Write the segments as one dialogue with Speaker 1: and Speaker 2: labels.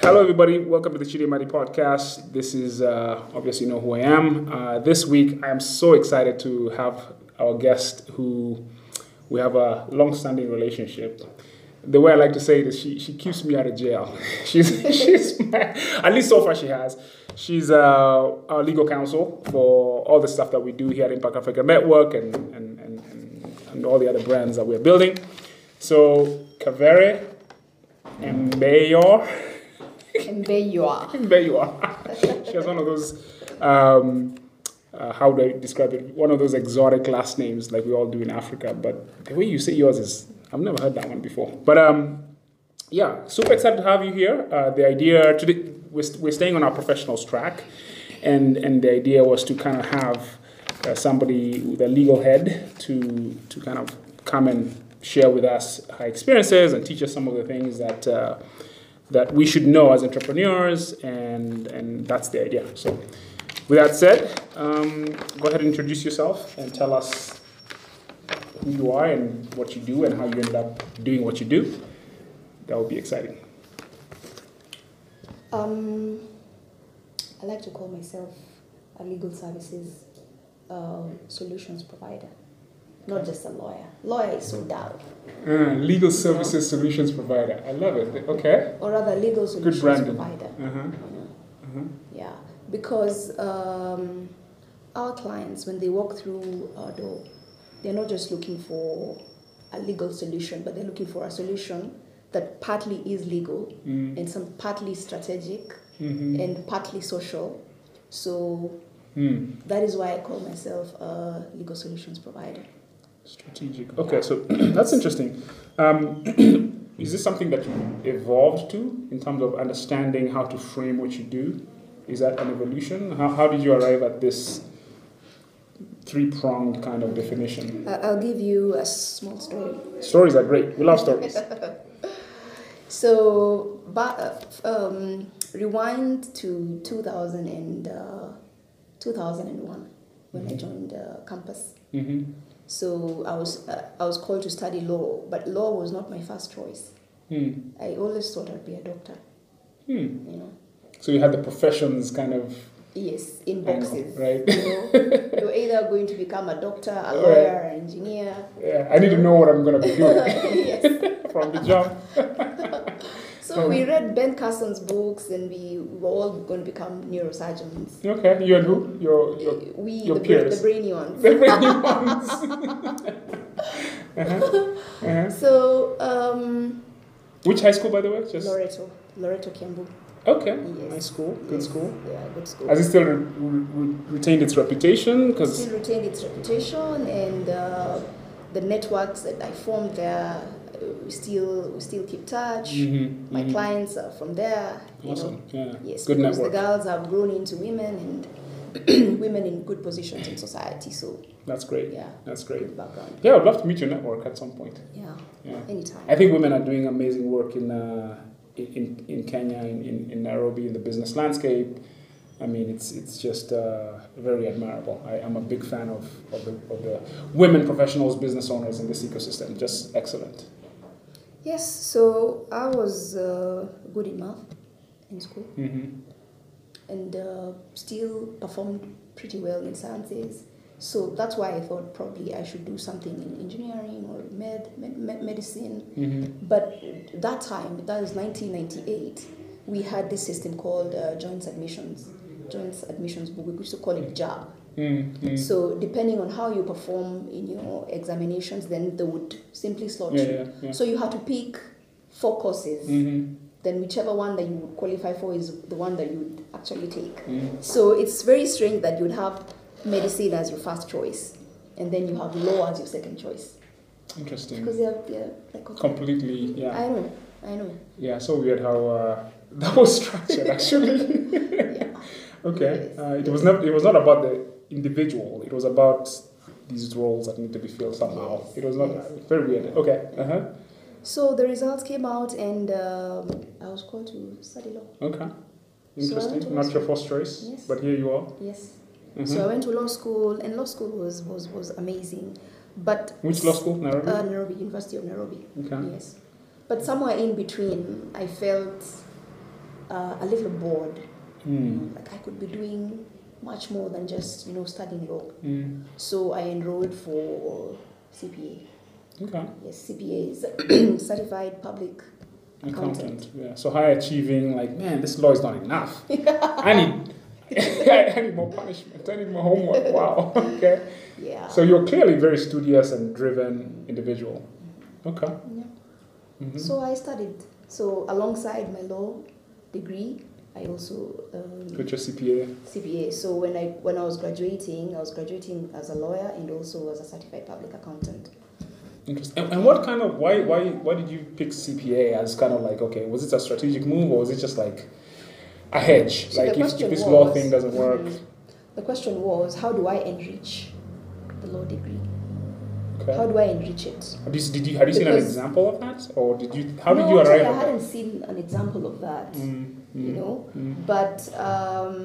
Speaker 1: Hello, everybody. Welcome to the Chidi Madi podcast. This is uh, obviously you know who I am. Uh, this week, I am so excited to have our guest who we have a long standing relationship. The way I like to say it is, she, she keeps me out of jail. she's, she's my, at least so far, she has. She's uh, our legal counsel for all the stuff that we do here at Impact Africa Network and, and, and, and, and all the other brands that we're building. So, Kavere Mbayor.
Speaker 2: And there you are.
Speaker 1: There you are. she has one of those, um, uh, how do I describe it? One of those exotic last names like we all do in Africa. But the way you say yours is, I've never heard that one before. But um, yeah, super excited to have you here. Uh, the idea today, we're, st- we're staying on our professionals track, and and the idea was to kind of have uh, somebody with a legal head to to kind of come and share with us her experiences and teach us some of the things that. Uh, that we should know as entrepreneurs, and and that's the idea. So, with that said, um, go ahead and introduce yourself and tell us who you are and what you do and how you ended up doing what you do. That would be exciting.
Speaker 2: Um, I like to call myself a legal services um, solutions provider, not just a lawyer. Lawyer is so dull,
Speaker 1: Uh, legal services solutions provider. I love it. Okay.
Speaker 2: or rather, legal solutions
Speaker 1: branding.
Speaker 2: provider.
Speaker 1: Uh-huh.
Speaker 2: Yeah, because um, our clients, when they walk through our door, they're not just looking for a legal solution, but they're looking for a solution that partly is legal and some partly strategic
Speaker 1: Mm-hmm.
Speaker 2: and partly social. So
Speaker 1: Hmm.
Speaker 2: that is why I call myself a legal solutions provider.
Speaker 1: Strategic. Okay, so that's interesting. Um, is this something that you evolved to in terms of understanding how to frame what you do? Is that an evolution? How, how did you arrive at this three pronged kind of definition?
Speaker 2: I- I'll give you a small story.
Speaker 1: Stories are great. We love stories.
Speaker 2: So, but, um, rewind to 2000 and, uh, 2001 when
Speaker 1: Mm-hmm.
Speaker 2: I joined uh, campus.
Speaker 1: hmm
Speaker 2: So I was uh, I was called to study law, but law was not my first choice.
Speaker 1: Hmm.
Speaker 2: I always thought I'd be a doctor.
Speaker 1: Hmm.
Speaker 2: You know,
Speaker 1: So you had the professions kind of
Speaker 2: yes, in
Speaker 1: angle,
Speaker 2: boxes.
Speaker 1: right?
Speaker 2: You know, you're either going to become a doctor, a
Speaker 1: Right.
Speaker 2: lawyer, an engineer.
Speaker 1: Yeah, I need to know what I'm going to be doing
Speaker 2: yes.
Speaker 1: from the jump.
Speaker 2: So we read Ben Carson's books, and we were all going to become neurosurgeons.
Speaker 1: Okay, you and who? Your, your
Speaker 2: we
Speaker 1: your
Speaker 2: the, bra-
Speaker 1: peers.
Speaker 2: the brainy ones.
Speaker 1: the brainy ones. uh-huh. Uh-huh.
Speaker 2: So um,
Speaker 1: Which high school, by the way? Just
Speaker 2: Loreto, Loreto Kembu,
Speaker 1: okay.
Speaker 2: Yes.
Speaker 1: Nice school, good
Speaker 2: Yes.
Speaker 1: school.
Speaker 2: yeah, good school.
Speaker 1: Has it still re- re- retained its reputation? Because
Speaker 2: still retained its reputation and uh, the networks that I formed there. uh, We still we still keep touch. My clients are from there. you know.
Speaker 1: Mm-hmm. awesome, yeah,
Speaker 2: Yes,
Speaker 1: good
Speaker 2: because
Speaker 1: network.
Speaker 2: the girls have grown into women and women in good positions in society. So
Speaker 1: That's great.
Speaker 2: yeah,
Speaker 1: That's great.
Speaker 2: good background.
Speaker 1: Yeah, I'd love to meet your network at some point.
Speaker 2: Yeah,
Speaker 1: Yeah,
Speaker 2: anytime.
Speaker 1: I think women are doing amazing work in uh, in, in Kenya, in, in, in Nairobi, in the business landscape. I mean, it's it's just uh, very admirable. I, I'm a big fan of, of, the, of the women professionals, business owners in this ecosystem. Just excellent.
Speaker 2: Yes, so I was uh, good in math in school
Speaker 1: Mm-hmm.
Speaker 2: and uh, still performed pretty well in sciences. So that's why I thought probably I should do something in engineering or med, med, med- medicine.
Speaker 1: Mm-hmm.
Speaker 2: But that time, that is 1998, we had this system called uh, joint admissions, joint admissions book. We used to call it JAB.
Speaker 1: Mm-hmm.
Speaker 2: So depending on how you perform in your examinations, then they would simply slot
Speaker 1: yeah,
Speaker 2: you.
Speaker 1: yeah, yeah.
Speaker 2: So you had to pick four courses.
Speaker 1: Mm-hmm.
Speaker 2: Then whichever one that you would qualify for is the one that you would actually take.
Speaker 1: Mm.
Speaker 2: So it's very strange that you'd have medicine as your first choice, and then you have law as your second choice
Speaker 1: Interesting.
Speaker 2: because they are they're like
Speaker 1: Completely, Mm. yeah,
Speaker 2: I know, I know.
Speaker 1: yeah. So weird how uh, that was structured actually.
Speaker 2: Yeah.
Speaker 1: okay,
Speaker 2: Yes.
Speaker 1: uh, it was not. It was not about the individual. It was about these roles that need to be filled somehow.
Speaker 2: Yes,
Speaker 1: It was not
Speaker 2: yes.
Speaker 1: very weird. Okay. Uh huh.
Speaker 2: So the results came out, and um, I was called to study law.
Speaker 1: Okay.
Speaker 2: went
Speaker 1: Interesting.
Speaker 2: to law
Speaker 1: not your first choice,
Speaker 2: Yes.
Speaker 1: but here you are.
Speaker 2: Yes.
Speaker 1: Mhm.
Speaker 2: So I went to law school, and law school was was was amazing, but
Speaker 1: Mm-hmm. Which law school? Nairobi.
Speaker 2: Uh, Nairobi University of Nairobi.
Speaker 1: okay.
Speaker 2: Yes. But somewhere in between, I felt uh, a little bored.
Speaker 1: Hmm. Mm,
Speaker 2: Like I could be doing much more than just you know studying law.
Speaker 1: Mm.
Speaker 2: So I enrolled for CPA.
Speaker 1: Okay.
Speaker 2: Yes, CPA is Certified Public Accountant.
Speaker 1: Accountant. Yeah. So high achieving, like, man, this law is not enough. I need I need more punishment. I need more homework. Wow. okay.
Speaker 2: Yeah.
Speaker 1: So you're clearly very studious and driven individual. Okay.
Speaker 2: Mm-hmm. yeah.
Speaker 1: Mhm.
Speaker 2: So I studied. So alongside my law degree, I also um,
Speaker 1: With your CPA.
Speaker 2: CPA. So when I when I was graduating, I was graduating as a lawyer and also as a certified public accountant.
Speaker 1: Interesting. And, and what kind of why why why did you pick CPA as kind of like okay was it a strategic move or was it just like a hedge
Speaker 2: So the
Speaker 1: like if,
Speaker 2: question
Speaker 1: if this law
Speaker 2: was-
Speaker 1: thing doesn't work
Speaker 2: Mhm. The question was, how do I enrich the law degree? How
Speaker 1: okay
Speaker 2: do I enrich it?
Speaker 1: have you, did you have you seen an
Speaker 2: Because-
Speaker 1: example of that or did you how did
Speaker 2: No,
Speaker 1: you
Speaker 2: actually,
Speaker 1: arrive
Speaker 2: I
Speaker 1: at
Speaker 2: hadn't
Speaker 1: that
Speaker 2: seen an example of that,
Speaker 1: Mm,
Speaker 2: you
Speaker 1: mm,
Speaker 2: know.
Speaker 1: mm.
Speaker 2: But um,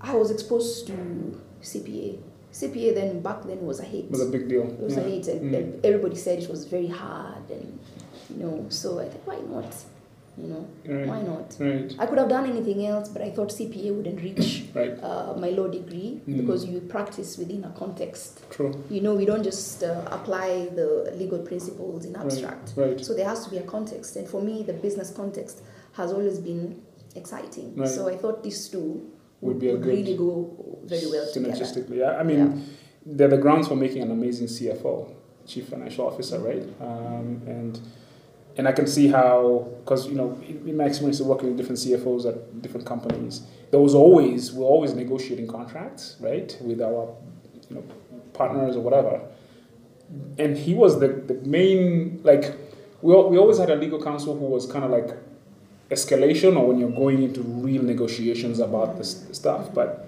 Speaker 2: I was exposed to CPA. CPA then back then was a hit.
Speaker 1: It was a big deal
Speaker 2: It was
Speaker 1: yeah.
Speaker 2: a hit, and,
Speaker 1: Mm.
Speaker 2: and everybody said it was very hard, and you know. So I thought, why not? You know,
Speaker 1: Mm. Right.
Speaker 2: why not?
Speaker 1: right
Speaker 2: I could have done anything else, but I thought CPA would enrich
Speaker 1: right
Speaker 2: uh, my law degree
Speaker 1: Mm.
Speaker 2: because you practice within a context.
Speaker 1: true
Speaker 2: You know, we don't just uh, apply the legal principles in abstract.
Speaker 1: right
Speaker 2: So there has to be a context, and for me, the business context has always been exciting.
Speaker 1: Right.
Speaker 2: So I thought these two
Speaker 1: Would
Speaker 2: would,
Speaker 1: be a
Speaker 2: would
Speaker 1: good
Speaker 2: really go very well together.
Speaker 1: synergistically yeah I mean
Speaker 2: Yeah.
Speaker 1: they're the grounds for making an amazing CFO chief financial officer right um, and and I can see how because you know in, in my experience of working with different CFOs at different companies there was always we're always negotiating contracts right with our you know partners or whatever and he was the, the main like we, al- we always had a legal counsel who was kind of like escalation or when you're going into real negotiations about this stuff but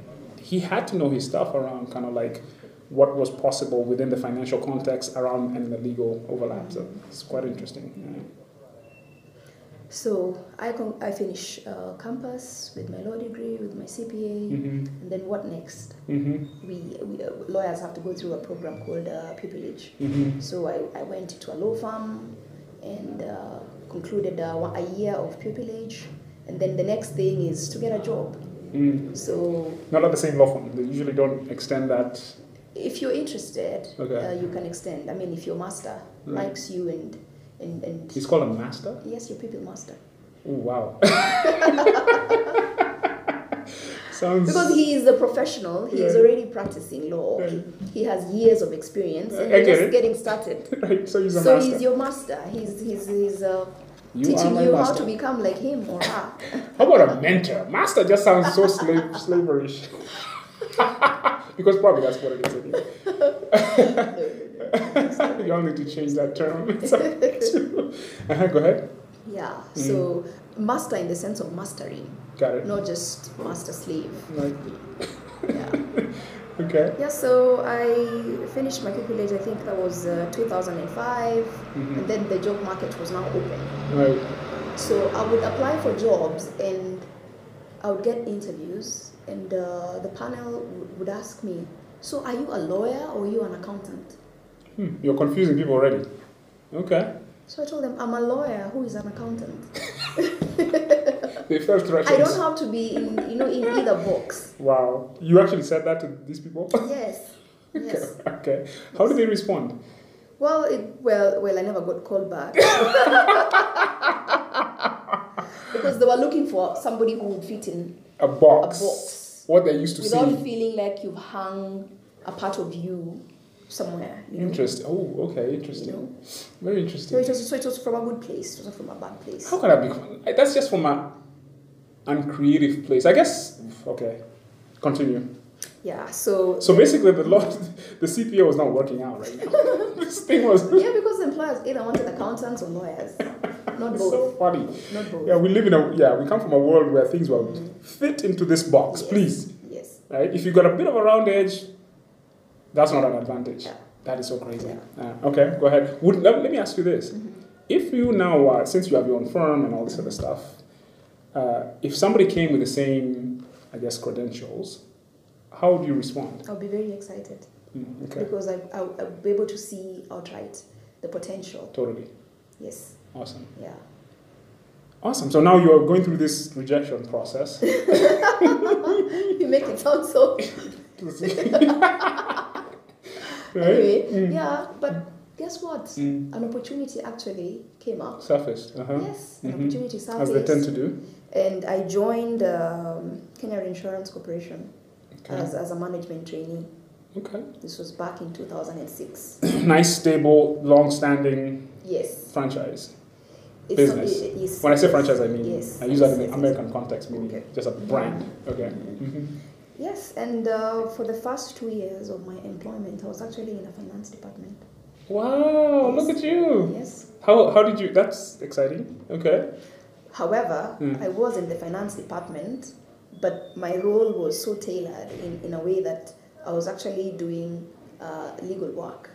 Speaker 1: he had to know his stuff around kind of like what was possible within the financial context around and the legal overlap so it's quite interesting
Speaker 2: So I con- I finish uh, campus with my law degree, with my CPA,
Speaker 1: yeah. mm-hmm.
Speaker 2: and then what next?
Speaker 1: Mm-hmm.
Speaker 2: We, we uh, lawyers have to go through a program called uh, pupillage.
Speaker 1: Mm-hmm.
Speaker 2: So I, I went to a law firm and uh, concluded uh, one- a year of pupillage. And then the next thing is to get a job.
Speaker 1: Mm.
Speaker 2: So
Speaker 1: not at the same law firm they usually don't extend that
Speaker 2: if you're interested,
Speaker 1: Okay.
Speaker 2: uh, you can extend. I mean, if your master
Speaker 1: Right.
Speaker 2: likes you and, and, and
Speaker 1: he's called a master
Speaker 2: yes, your people master.
Speaker 1: oh wow sounds
Speaker 2: Because he is a professional, he is
Speaker 1: Right.
Speaker 2: already practicing law,
Speaker 1: Right.
Speaker 2: he has years of experience, and
Speaker 1: I
Speaker 2: you're
Speaker 1: get
Speaker 2: just
Speaker 1: it.
Speaker 2: getting started.
Speaker 1: right so he's a
Speaker 2: so
Speaker 1: master
Speaker 2: he's your master. He's, he's, he's uh,
Speaker 1: You are
Speaker 2: teaching
Speaker 1: my
Speaker 2: you how
Speaker 1: master.
Speaker 2: to become like him or her.
Speaker 1: How about a mentor? Master just sounds so slave, slaverish. because probably that's what it is anyway. you all need to change that term. It's up to- uh-huh, go ahead.
Speaker 2: yeah, so master in the sense of mastering,
Speaker 1: Got it.
Speaker 2: not just master slave.
Speaker 1: Right.
Speaker 2: Yeah.
Speaker 1: Okay.
Speaker 2: Yeah, so I finished my pupillage, I think that was uh, 2005,
Speaker 1: Mhm.
Speaker 2: and then the job market was now open.
Speaker 1: Right.
Speaker 2: So I would apply for jobs and I would get interviews, and uh, the panel w- would ask me, So are you a lawyer or are you an accountant?
Speaker 1: Hmm, You're confusing people already. Okay.
Speaker 2: So I told them, I'm a lawyer who is an accountant.
Speaker 1: They felt
Speaker 2: I
Speaker 1: threatened.
Speaker 2: don't have to be in, you know, in either box.
Speaker 1: Wow. You actually said that to these people?
Speaker 2: Yes. Yes.
Speaker 1: okay. How did they respond?
Speaker 2: Well, it, well, well, I never got called back because they were looking for somebody who would fit in
Speaker 1: A
Speaker 2: a
Speaker 1: box.
Speaker 2: box
Speaker 1: What they used to
Speaker 2: without
Speaker 1: see.
Speaker 2: feeling like you've hung a part of you somewhere. You know?
Speaker 1: Interesting. Oh, okay. Interesting.
Speaker 2: You know?
Speaker 1: Very
Speaker 2: So
Speaker 1: interesting.
Speaker 2: it was so it was from a good place. It wasn't from a bad place.
Speaker 1: How can I be? I- That's just from an uncreative place, I guess. Okay, continue.
Speaker 2: Yeah. So.
Speaker 1: So basically, the law, the CPA was not working out right now. this thing was
Speaker 2: yeah, because employers either wanted accountants or lawyers, not
Speaker 1: it's
Speaker 2: both.
Speaker 1: so funny.
Speaker 2: Not both.
Speaker 1: Yeah, we live in a yeah. We come from a world where things were fit into this box,
Speaker 2: Yes.
Speaker 1: please.
Speaker 2: Yes.
Speaker 1: Right? If you got a bit of a round edge, that's not an advantage.
Speaker 2: Yeah.
Speaker 1: That is so crazy.
Speaker 2: Yeah.
Speaker 1: Uh, okay, go ahead. Would, let, let me ask you this.
Speaker 2: Mm-hmm.
Speaker 1: If you now, uh, since you have your own firm and all this other stuff, uh, if somebody came with the same, I guess, credentials, how would you respond?
Speaker 2: I'll be very excited
Speaker 1: Mm, okay,
Speaker 2: because I, I, I'll be able to see outright the potential.
Speaker 1: totally.
Speaker 2: Yes.
Speaker 1: Awesome.
Speaker 2: Yeah.
Speaker 1: Awesome. So now you are going through this rejection process.
Speaker 2: you make it sound so.
Speaker 1: right?
Speaker 2: Anyway, yeah, but guess what? An opportunity actually came up.
Speaker 1: Surfaced. Mm. Uh-huh.
Speaker 2: Yes, an
Speaker 1: Mhm.
Speaker 2: opportunity
Speaker 1: As they tend
Speaker 2: surfaced,
Speaker 1: to do.
Speaker 2: and I joined um, Kenya Insurance Corporation as, as a management trainee.
Speaker 1: Okay.
Speaker 2: This was back in 2006.
Speaker 1: nice, stable, long standing
Speaker 2: yes.
Speaker 1: franchise.
Speaker 2: It's
Speaker 1: Business.
Speaker 2: it- yes.
Speaker 1: When I say franchise, I mean,
Speaker 2: Yes.
Speaker 1: I use that in
Speaker 2: Yes,
Speaker 1: the
Speaker 2: yes,
Speaker 1: American context, meaning
Speaker 2: Okay.
Speaker 1: just a brand. Okay. Mhm.
Speaker 2: Yes, and uh, for the first two years of my employment, I was actually in the finance department.
Speaker 1: Wow, look at you.
Speaker 2: Yes.
Speaker 1: How, how did you? That's exciting. Okay.
Speaker 2: However,
Speaker 1: Mm.
Speaker 2: I was in the finance department, but my role was so tailored in, in a way that I was actually doing uh, legal work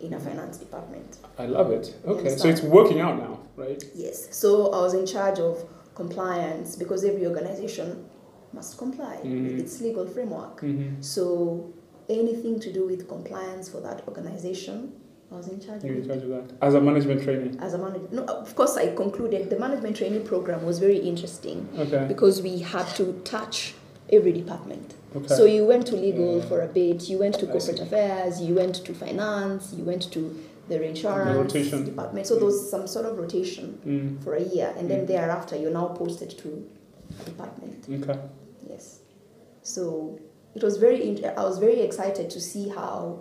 Speaker 2: in a finance department.
Speaker 1: I love it. Okay.
Speaker 2: Yes,
Speaker 1: So it's working out now, right?
Speaker 2: Yes. So I was in charge of compliance because every organization must comply
Speaker 1: Mhm.
Speaker 2: with its legal framework.
Speaker 1: Mm-hmm.
Speaker 2: So anything to do with compliance for that organization, I was in charge
Speaker 1: You're
Speaker 2: of.
Speaker 1: in charge of that. As a management trainee.
Speaker 2: As a manager, no, of course, I concluded the management training program was very interesting
Speaker 1: Okay.
Speaker 2: because we had to touch every department.
Speaker 1: Okay.
Speaker 2: So you went to legal
Speaker 1: Yeah.
Speaker 2: for a bit, you went to
Speaker 1: Mm. I
Speaker 2: corporate
Speaker 1: see.
Speaker 2: affairs, you went to finance, you went to the reinsurance
Speaker 1: rotation.
Speaker 2: department. So there was some sort of rotation
Speaker 1: mm.
Speaker 2: for a year, and then
Speaker 1: Mm.
Speaker 2: thereafter you're now posted to a department.
Speaker 1: Okay.
Speaker 2: Yes. So it was very. Int- I was very excited to see how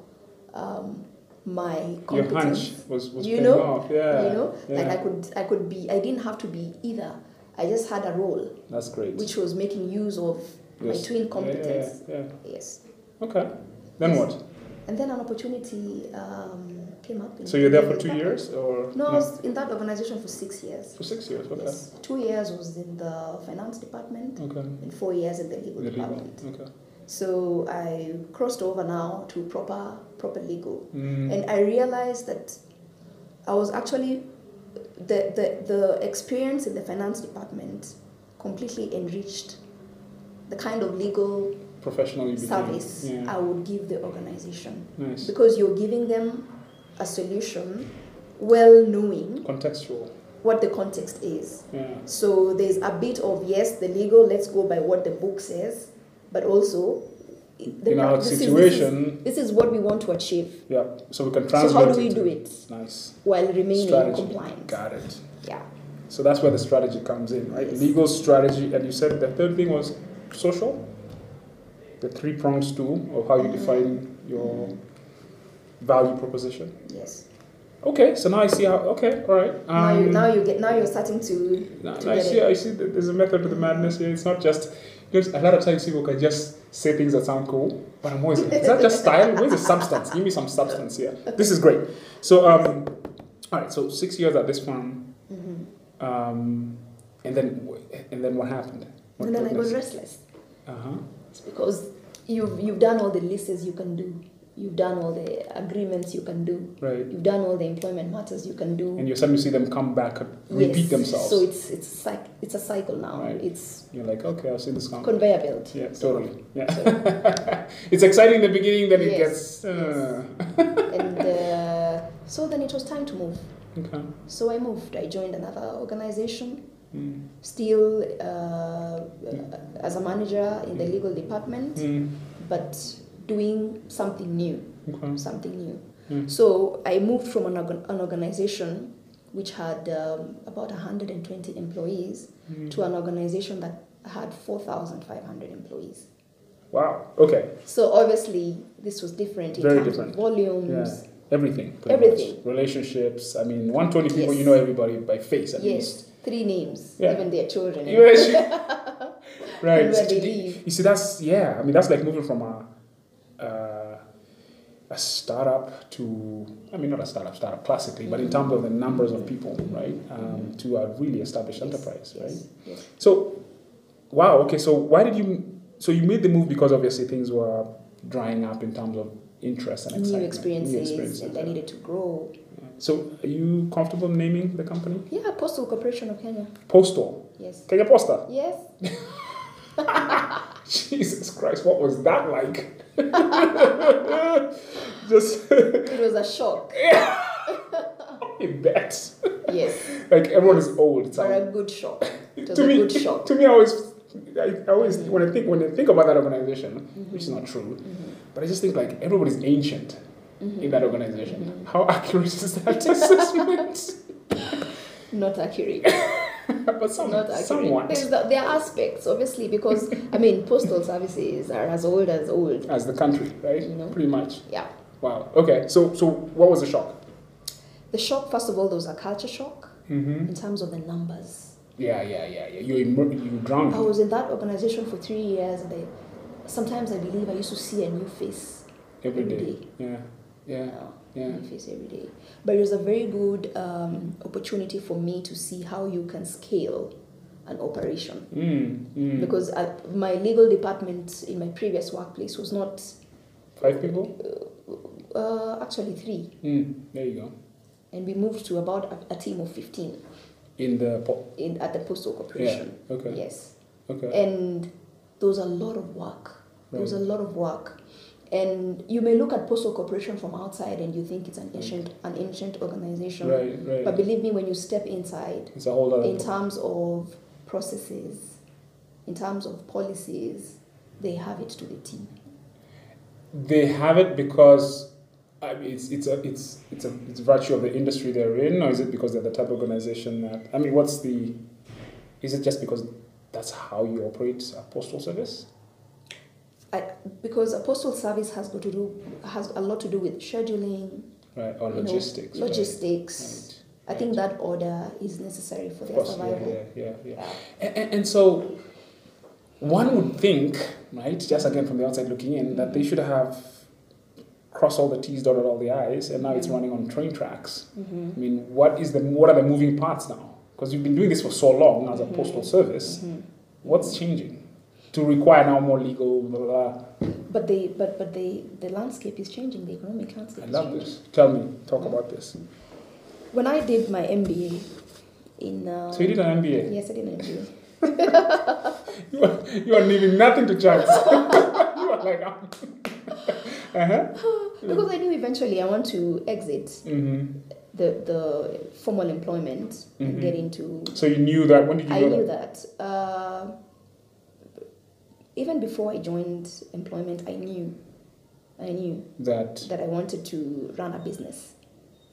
Speaker 2: um, my
Speaker 1: Your hunch
Speaker 2: competence.
Speaker 1: was, was
Speaker 2: You
Speaker 1: paying
Speaker 2: know?
Speaker 1: off. Yeah.
Speaker 2: You know, like
Speaker 1: Yeah.
Speaker 2: I could. I could be. I didn't have to be either. I just had a role
Speaker 1: That's great.
Speaker 2: which was making use of my
Speaker 1: Yes.
Speaker 2: twin
Speaker 1: Yeah, yeah,
Speaker 2: competence.
Speaker 1: yeah, yeah.
Speaker 2: Yes.
Speaker 1: Okay. Then
Speaker 2: Yes.
Speaker 1: what?
Speaker 2: And then an opportunity um, came up. in
Speaker 1: So you're there
Speaker 2: the
Speaker 1: for two
Speaker 2: department.
Speaker 1: years or
Speaker 2: No, I was in that organization for six years.
Speaker 1: For six years. Okay.
Speaker 2: Yes. Two years was in the finance department
Speaker 1: Okay.
Speaker 2: and four years in the legal
Speaker 1: The legal.
Speaker 2: department.
Speaker 1: Okay.
Speaker 2: So I crossed over now to proper proper legal.
Speaker 1: Mm.
Speaker 2: And I realized that I was actually the, the the experience in the finance department completely enriched the kind of legal
Speaker 1: Professional you became.
Speaker 2: service
Speaker 1: Yeah.
Speaker 2: I would give the organization.
Speaker 1: Nice.
Speaker 2: because you're giving them a solution well knowing
Speaker 1: Contextual.
Speaker 2: what the context is.
Speaker 1: Yeah.
Speaker 2: So there's a bit of yes, the legal, let's go by what the book says, but also the
Speaker 1: In our
Speaker 2: this is-
Speaker 1: situation,
Speaker 2: This is, this is what we want to achieve.
Speaker 1: yeah. So we can
Speaker 2: So
Speaker 1: translate.
Speaker 2: how do we
Speaker 1: to-
Speaker 2: do it
Speaker 1: Nice.
Speaker 2: while remaining
Speaker 1: Strategy.
Speaker 2: compliant?
Speaker 1: Got it.
Speaker 2: Yeah.
Speaker 1: So that's where the strategy comes in, right?
Speaker 2: Yes.
Speaker 1: Legal strategy, and you said the third thing was social. The three prongs tool of how you
Speaker 2: Mhm.
Speaker 1: define your value proposition.
Speaker 2: Yes.
Speaker 1: Okay, so now I see how. Okay, all right. Um,
Speaker 2: now you now you get now you're starting to
Speaker 1: No,
Speaker 2: to
Speaker 1: no, I
Speaker 2: get
Speaker 1: see.
Speaker 2: it.
Speaker 1: I see. That there's a method to the madness here. It's not just because a lot of times people can just say things that sound cool, but I'm always like, is that just style? Where's the substance? Give me some substance here. This is great. So, um, all right. So six years at this firm,
Speaker 2: Mhm.
Speaker 1: um, and then w- and then what happened? What
Speaker 2: And then I got
Speaker 1: progress?
Speaker 2: restless.
Speaker 1: Uh-huh.
Speaker 2: It's because you've you've done all the leases you can do. You've done all the agreements you can do.
Speaker 1: Right.
Speaker 2: You've done all the employment matters you can do.
Speaker 1: And you suddenly see them come back, and repeat
Speaker 2: Yes.
Speaker 1: themselves.
Speaker 2: So it's it's cyc- it's a cycle now.
Speaker 1: Right.
Speaker 2: It's
Speaker 1: You're like, okay, I've seen this come.
Speaker 2: conveyor belt.
Speaker 1: yeah, totally. Yeah. it's exciting in the beginning, then it
Speaker 2: Yes,
Speaker 1: gets. Uh,
Speaker 2: and uh, so then it was time to move.
Speaker 1: Okay.
Speaker 2: So I moved. I joined another organization,
Speaker 1: Mm.
Speaker 2: still uh, as a manager in
Speaker 1: Mm-hmm.
Speaker 2: the legal department,
Speaker 1: Mm.
Speaker 2: but doing something new.
Speaker 1: Okay.
Speaker 2: Something new.
Speaker 1: Mm.
Speaker 2: So I moved from an, organ- an organization which had um, about 120 employees
Speaker 1: Mm.
Speaker 2: to an organization that had 4,500 employees.
Speaker 1: Wow. Okay.
Speaker 2: So obviously, this was different in
Speaker 1: Very
Speaker 2: terms
Speaker 1: different.
Speaker 2: of volumes.
Speaker 1: Everything. pretty
Speaker 2: Everything.
Speaker 1: much. Relationships. I mean, 120 people,
Speaker 2: Yes.
Speaker 1: you know everybody by face at least.
Speaker 2: Yes, three names,
Speaker 1: Yeah.
Speaker 2: even their children.
Speaker 1: You actually- right.
Speaker 2: And where they
Speaker 1: You-
Speaker 2: live.
Speaker 1: You see, that's yeah. I mean, that's like moving from a uh, a startup to I mean, not a startup, startup classically, but in
Speaker 2: Mm-hmm.
Speaker 1: terms of the numbers of people, right, um, to a really established
Speaker 2: Yes,
Speaker 1: enterprise, right?
Speaker 2: yes, yes.
Speaker 1: So, wow. Okay. So why did you? So you made the move because obviously things were drying up in terms of interest and
Speaker 2: New
Speaker 1: excitement,
Speaker 2: experiences, and
Speaker 1: yeah.
Speaker 2: I needed to grow.
Speaker 1: So, are you comfortable naming the company?
Speaker 2: Yeah, Postal Corporation of Kenya.
Speaker 1: Postal.
Speaker 2: Yes.
Speaker 1: Kenya Posta.
Speaker 2: Yes.
Speaker 1: Jesus Christ, what was that like? Just
Speaker 2: It was a shock.
Speaker 1: I bet.
Speaker 2: Yes,
Speaker 1: Like everyone is old. so-
Speaker 2: but a good shock. It was
Speaker 1: to
Speaker 2: a
Speaker 1: me,
Speaker 2: good shock.
Speaker 1: to me, I always, I, I always when I think when I think about that organization, which is not true,
Speaker 2: Mm-hmm.
Speaker 1: but I just think like everybody's ancient in that organization.
Speaker 2: Mm-hmm.
Speaker 1: How accurate is that assessment?
Speaker 2: Not accurate.
Speaker 1: but some,
Speaker 2: not accurate.
Speaker 1: somewhat,
Speaker 2: There's the, there are aspects, obviously, because I mean, postal services are as old as old.
Speaker 1: as the country, right?
Speaker 2: You know.
Speaker 1: Pretty much.
Speaker 2: Mm-hmm. Yeah.
Speaker 1: Wow. Okay. So, so what was the shock?
Speaker 2: The shock, first of all, there was a culture shock
Speaker 1: Mm-hmm.
Speaker 2: in terms of the numbers.
Speaker 1: Yeah, yeah, yeah, yeah. You immer- you drowned.
Speaker 2: I was in that organization for three years, and I, sometimes I believe I used to see a new face
Speaker 1: every
Speaker 2: every
Speaker 1: day.
Speaker 2: day.
Speaker 1: Yeah,
Speaker 2: you
Speaker 1: yeah,
Speaker 2: know,
Speaker 1: yeah.
Speaker 2: new face every day. But it was a very good um, opportunity for me to see how you can scale an operation.
Speaker 1: Mm, mm.
Speaker 2: because I, my legal department in my previous workplace was not
Speaker 1: five people.
Speaker 2: uh, actually three,
Speaker 1: Mm, there you go.
Speaker 2: and we moved to about a, a team of fifteen
Speaker 1: In the pot.
Speaker 2: in at the postal corporation.
Speaker 1: Yeah, okay.
Speaker 2: Yes, Eh,
Speaker 1: Okay.
Speaker 2: and there was a lot of work. There was a lot of work, and you may look at postal corporation from outside and you think it's an ancient, an ancient organization.
Speaker 1: Right, right.
Speaker 2: But believe me, when you step inside,
Speaker 1: It's a whole lot
Speaker 2: in
Speaker 1: of
Speaker 2: terms of processes, in terms of policies, they have it to the T.
Speaker 1: They have it because I mean, it's it's a it's it's a it's virtue of the industry they're in, or is it because they're the type of organization that I mean, what's the? Is it just because that's how you operate a postal service?
Speaker 2: I, because a postal service has got to do has a lot to do with scheduling,
Speaker 1: Right, or
Speaker 2: you know,
Speaker 1: logistics. right,
Speaker 2: logistics. I
Speaker 1: right.
Speaker 2: think that order is necessary for
Speaker 1: Of
Speaker 2: their
Speaker 1: course, yeah,
Speaker 2: survival.
Speaker 1: yeah, yeah, yeah.
Speaker 2: Yeah.
Speaker 1: And, and, and so one would think, right, just again from the outside looking in, that they should have crossed all the T's, dotted all the I's, and now it's running on train tracks.
Speaker 2: Mhm.
Speaker 1: I mean, what is the what are the moving parts now? Because you've been doing this for so long Mm-hmm. as a postal service, what's changing to require now more legal? Blah, blah, blah.
Speaker 2: But they but but they the landscape is changing. The economic landscape.
Speaker 1: I
Speaker 2: is
Speaker 1: love
Speaker 2: changing.
Speaker 1: this. Tell me, talk about this.
Speaker 2: When I did my MBA in uh,
Speaker 1: So you did an MBA.
Speaker 2: yes, I did an MBA.
Speaker 1: You are, you are leaving nothing to chance. you are like, "Ah."
Speaker 2: because I knew eventually I want to exit
Speaker 1: mm-hmm.
Speaker 2: the the formal employment
Speaker 1: Mhm.
Speaker 2: and get into
Speaker 1: So you knew that. When did you
Speaker 2: I
Speaker 1: know
Speaker 2: knew that. Uh, even before I joined employment, I knew, I knew
Speaker 1: that?
Speaker 2: that I wanted to run a business.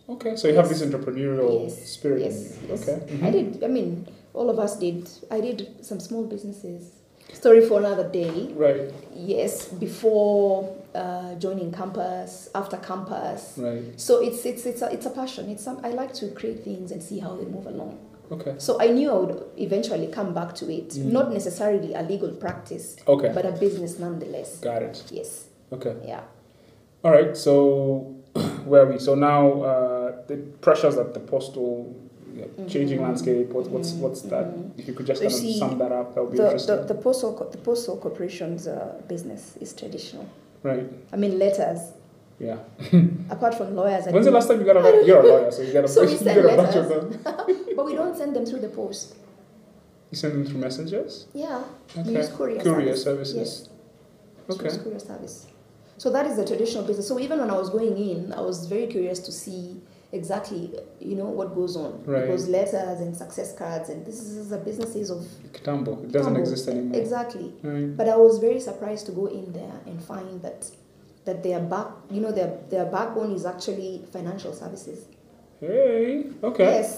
Speaker 1: Okay, so you have
Speaker 2: Yes.
Speaker 1: this entrepreneurial
Speaker 2: Yes,
Speaker 1: spirit. in
Speaker 2: yes,
Speaker 1: you.
Speaker 2: yes.
Speaker 1: Okay. Mm-hmm.
Speaker 2: I did. I mean, all of us did. I did some small businesses. Story for another day.
Speaker 1: Right,
Speaker 2: Yes, before uh, joining campus, after campus.
Speaker 1: right.
Speaker 2: So it's it's it's a, it's a passion. It's some, I like to create things and see how they move along.
Speaker 1: Okay.
Speaker 2: So I knew I would eventually come back to it.
Speaker 1: Mm.
Speaker 2: Not necessarily a legal practice,
Speaker 1: Okay.
Speaker 2: but a business nonetheless.
Speaker 1: Got it.
Speaker 2: Yes,
Speaker 1: Okay.
Speaker 2: yeah.
Speaker 1: All right. So where are we? So now uh, the pressures that the postal yeah, changing
Speaker 2: Mhm.
Speaker 1: landscape. What's what's what's that?
Speaker 2: Mhm.
Speaker 1: If you could just
Speaker 2: You
Speaker 1: kind of
Speaker 2: see,
Speaker 1: sum that up, that would be
Speaker 2: The,
Speaker 1: interesting.
Speaker 2: the, the postal co- the postal corporation's uh, business is traditional.
Speaker 1: right.
Speaker 2: I mean, letters.
Speaker 1: Yeah.
Speaker 2: Apart from lawyers, I
Speaker 1: When's the
Speaker 2: don't-
Speaker 1: last time you got a letter? You're a lawyer, so you got a,
Speaker 2: So we
Speaker 1: you
Speaker 2: send
Speaker 1: get a bunch of
Speaker 2: letters.
Speaker 1: them.
Speaker 2: but we don't send them through the post.
Speaker 1: You send them through messengers.
Speaker 2: Yeah, we
Speaker 1: Okay.
Speaker 2: use courier.
Speaker 1: Courier
Speaker 2: service.
Speaker 1: services.
Speaker 2: Yes, we
Speaker 1: Okay.
Speaker 2: use courier service. So that is the traditional business. So even when I was going in, I was very curious to see exactly you know what goes on
Speaker 1: Right.
Speaker 2: because letters and success cards and this is the businesses of
Speaker 1: Kitambo. It doesn't
Speaker 2: Kitambo.
Speaker 1: exist anymore.
Speaker 2: exactly.
Speaker 1: Right.
Speaker 2: But I was very surprised to go in there and find that that their back, you know, their their backbone is actually financial services.
Speaker 1: Hey. Okay.
Speaker 2: Yes,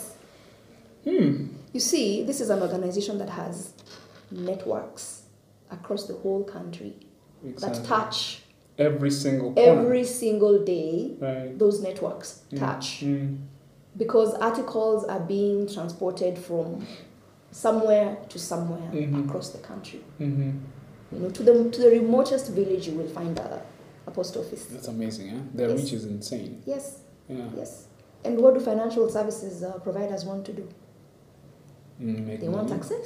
Speaker 1: Hmm.
Speaker 2: you see, this is an organization that has networks across the whole country that
Speaker 1: Exactly.
Speaker 2: touch
Speaker 1: every single corner.
Speaker 2: every single day.
Speaker 1: Right.
Speaker 2: Those networks touch
Speaker 1: Mm.
Speaker 2: because articles are being transported from somewhere to somewhere
Speaker 1: Mhm.
Speaker 2: across the country.
Speaker 1: hmm
Speaker 2: You know, to the to the remotest village, you will find a, a post office.
Speaker 1: That's amazing, eh? Their
Speaker 2: Yes.
Speaker 1: reach is insane.
Speaker 2: Yes.
Speaker 1: Yeah. Mm,
Speaker 2: Yes. And what do financial services uh, providers want to do?
Speaker 1: Mm, make
Speaker 2: They want
Speaker 1: money.
Speaker 2: access.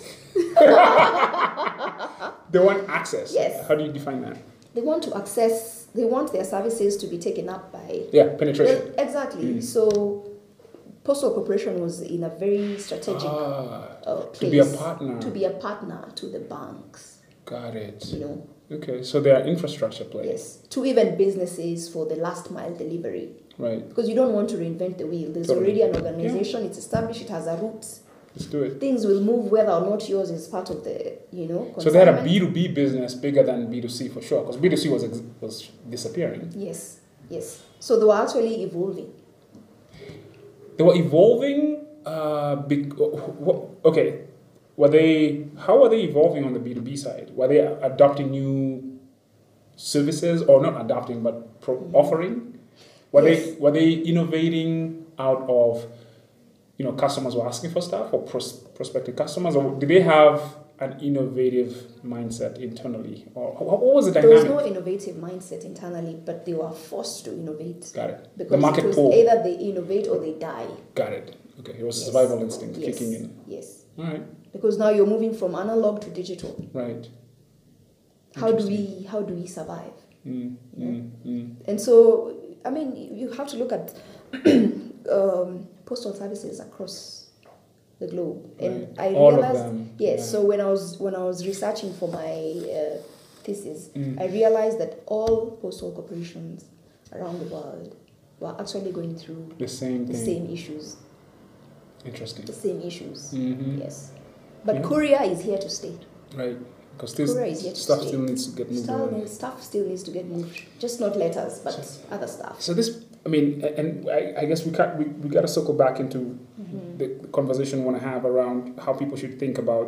Speaker 1: They want access.
Speaker 2: Yes.
Speaker 1: How do you define that?
Speaker 2: They want to access. They want their services to be taken up by.
Speaker 1: Yeah, penetration.
Speaker 2: Well, exactly.
Speaker 1: Mm.
Speaker 2: So, postal corporation was in a very strategic
Speaker 1: Ah,
Speaker 2: uh, place
Speaker 1: to be a partner.
Speaker 2: to be a partner to the banks,
Speaker 1: Got it.
Speaker 2: you know.
Speaker 1: Okay, so there are infrastructure players,
Speaker 2: Yes, to even businesses for the last mile delivery
Speaker 1: right?
Speaker 2: because you don't want to reinvent the wheel. There's
Speaker 1: Totally.
Speaker 2: already an organization, it's established, it has a roots.
Speaker 1: Let's do it.
Speaker 2: Things will move whether or not yours is part of the, you know.
Speaker 1: So they had a
Speaker 2: consignment.
Speaker 1: B two B business bigger than B two C for sure, because B two C was ex- was disappearing.
Speaker 2: Yes, yes. So they were actually evolving.
Speaker 1: They were evolving. Uh, big. Okay, were they? How were they evolving on the B two B side? Were they adopting new services or not adopting, but pro- offering? Were
Speaker 2: Yes.
Speaker 1: they were they innovating out of, you know, customers were asking for stuff or pros- prospective customers, or did they have an innovative mindset internally, or wh- what was the
Speaker 2: There was
Speaker 1: dynamic?
Speaker 2: no innovative mindset internally, but they were forced to innovate
Speaker 1: Got it.
Speaker 2: because
Speaker 1: the market
Speaker 2: it was
Speaker 1: pull.
Speaker 2: either they innovate or they die.
Speaker 1: Got it. Okay, it was
Speaker 2: Yes.
Speaker 1: survival instinct
Speaker 2: Yes.
Speaker 1: kicking in.
Speaker 2: Yes,
Speaker 1: All right,
Speaker 2: because now you're moving from analog to digital.
Speaker 1: right.
Speaker 2: How do we? How do we survive?
Speaker 1: Mm, mm, mm.
Speaker 2: And so, I mean, you have to look at um, postal services across the globe, and
Speaker 1: Right.
Speaker 2: I
Speaker 1: All of
Speaker 2: realized
Speaker 1: them.
Speaker 2: yes.
Speaker 1: Yeah.
Speaker 2: So when I was when I was researching for my uh, thesis,
Speaker 1: Mm.
Speaker 2: I realized that all postal corporations around the world were actually going through
Speaker 1: The same
Speaker 2: the
Speaker 1: thing.
Speaker 2: same issues,
Speaker 1: Interesting.
Speaker 2: the same issues.
Speaker 1: Mm-hmm.
Speaker 2: Yes, but
Speaker 1: Yeah.
Speaker 2: courier is here to stay.
Speaker 1: Right, because
Speaker 2: Korea is yet
Speaker 1: this
Speaker 2: to
Speaker 1: stuff
Speaker 2: stay.
Speaker 1: still needs to get moved
Speaker 2: Stuff,
Speaker 1: around.
Speaker 2: stuff still needs to get moved, just not letters, but
Speaker 1: So-
Speaker 2: other stuff.
Speaker 1: So this, I mean, a- and I, I guess we can we, we got to circle back into
Speaker 2: Mhm.
Speaker 1: the conversation we want to have around how people should think about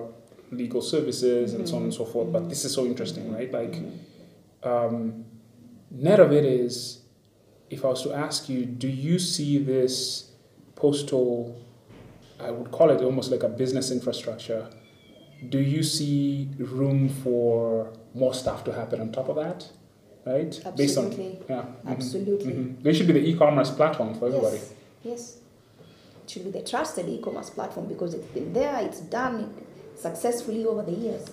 Speaker 1: legal services and so on and so forth. But this is so interesting, right? Like,
Speaker 2: Mm-hmm.
Speaker 1: um, net of it is, if I was to ask you, do you see this postal, I would call it almost like a business infrastructure, do you see room for more stuff to happen on top of that? Right? Based on,
Speaker 2: Absolutely.
Speaker 1: yeah. mhm,
Speaker 2: Absolutely.
Speaker 1: mhm. They should be the e commerce platform for everybody.
Speaker 2: Yes. Yes. It should be the trusted e-commerce platform because it's been there, it's done successfully over the years.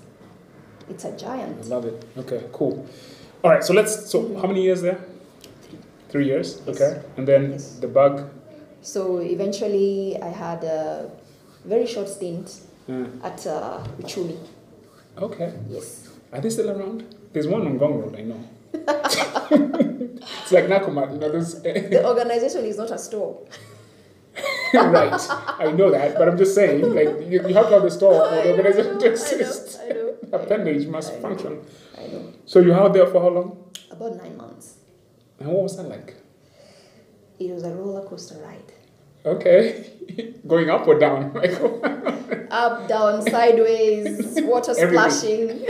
Speaker 2: It's a
Speaker 1: I
Speaker 2: giant.
Speaker 1: love it. Okay, cool. All right, so let's. So, how many years there?
Speaker 2: Three.
Speaker 1: Three years.
Speaker 2: Yes.
Speaker 1: Okay, and then
Speaker 2: Yes.
Speaker 1: the bug.
Speaker 2: So eventually I had a very short stint
Speaker 1: Uh,
Speaker 2: at uh, Uchumi.
Speaker 1: okay,
Speaker 2: Yes.
Speaker 1: are they still around? There's one on Gong Road, I know. it's like Nakumat, you know, those.
Speaker 2: The organization is not a store.
Speaker 1: right, I know that, but I'm just saying, like, you, you have to have the store for Oh, the organization to exist.
Speaker 2: I know. I know.
Speaker 1: Appendage must
Speaker 2: I know.
Speaker 1: function.
Speaker 2: I know.
Speaker 1: So, you out there for how long?
Speaker 2: About nine months.
Speaker 1: And what was that like?
Speaker 2: It was a roller coaster ride.
Speaker 1: Okay, going up or down? Like,
Speaker 2: Up, down, sideways, water
Speaker 1: Everything.
Speaker 2: splashing,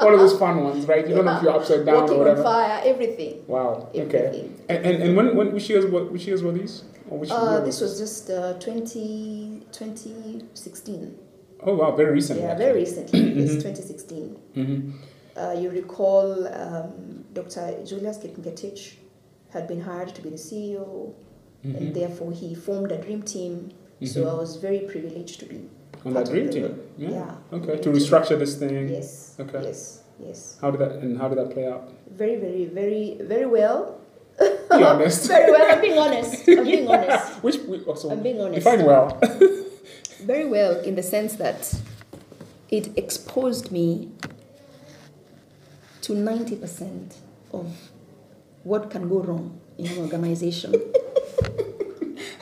Speaker 1: all of those fun ones, right? You don't know if you're upside down or
Speaker 2: walking on
Speaker 1: whatever.
Speaker 2: fire, everything.
Speaker 1: Wow. Okay.
Speaker 2: Everything.
Speaker 1: And, and, and when, when which years were which years were these? Or which
Speaker 2: Uh,
Speaker 1: year
Speaker 2: this was just uh, 20, 2016.
Speaker 1: Oh wow, very recent.
Speaker 2: Yeah, very recently. It's 2016.
Speaker 1: Mm-hmm.
Speaker 2: Uh, you recall um, Dr. Julius Kipngetich had been hired to be the E CEO,
Speaker 1: Mm-hmm.
Speaker 2: and therefore he formed a dream team. So I was very privileged to be.
Speaker 1: On
Speaker 2: part
Speaker 1: that
Speaker 2: of
Speaker 1: dream
Speaker 2: the-
Speaker 1: team. Mm-hmm. Yeah.
Speaker 2: yeah,
Speaker 1: Okay.
Speaker 2: dream
Speaker 1: To
Speaker 2: team.
Speaker 1: restructure this thing.
Speaker 2: Yes.
Speaker 1: Okay.
Speaker 2: Yes. Yes.
Speaker 1: How did that and how did that play out?
Speaker 2: Very, very, very, very well.
Speaker 1: Be honest.
Speaker 2: Very well. I'm being honest. I'm being honest.
Speaker 1: Which we also
Speaker 2: I'm being honest.
Speaker 1: define well.
Speaker 2: Very well, in the sense that it exposed me to 90% of what can go wrong in an organization.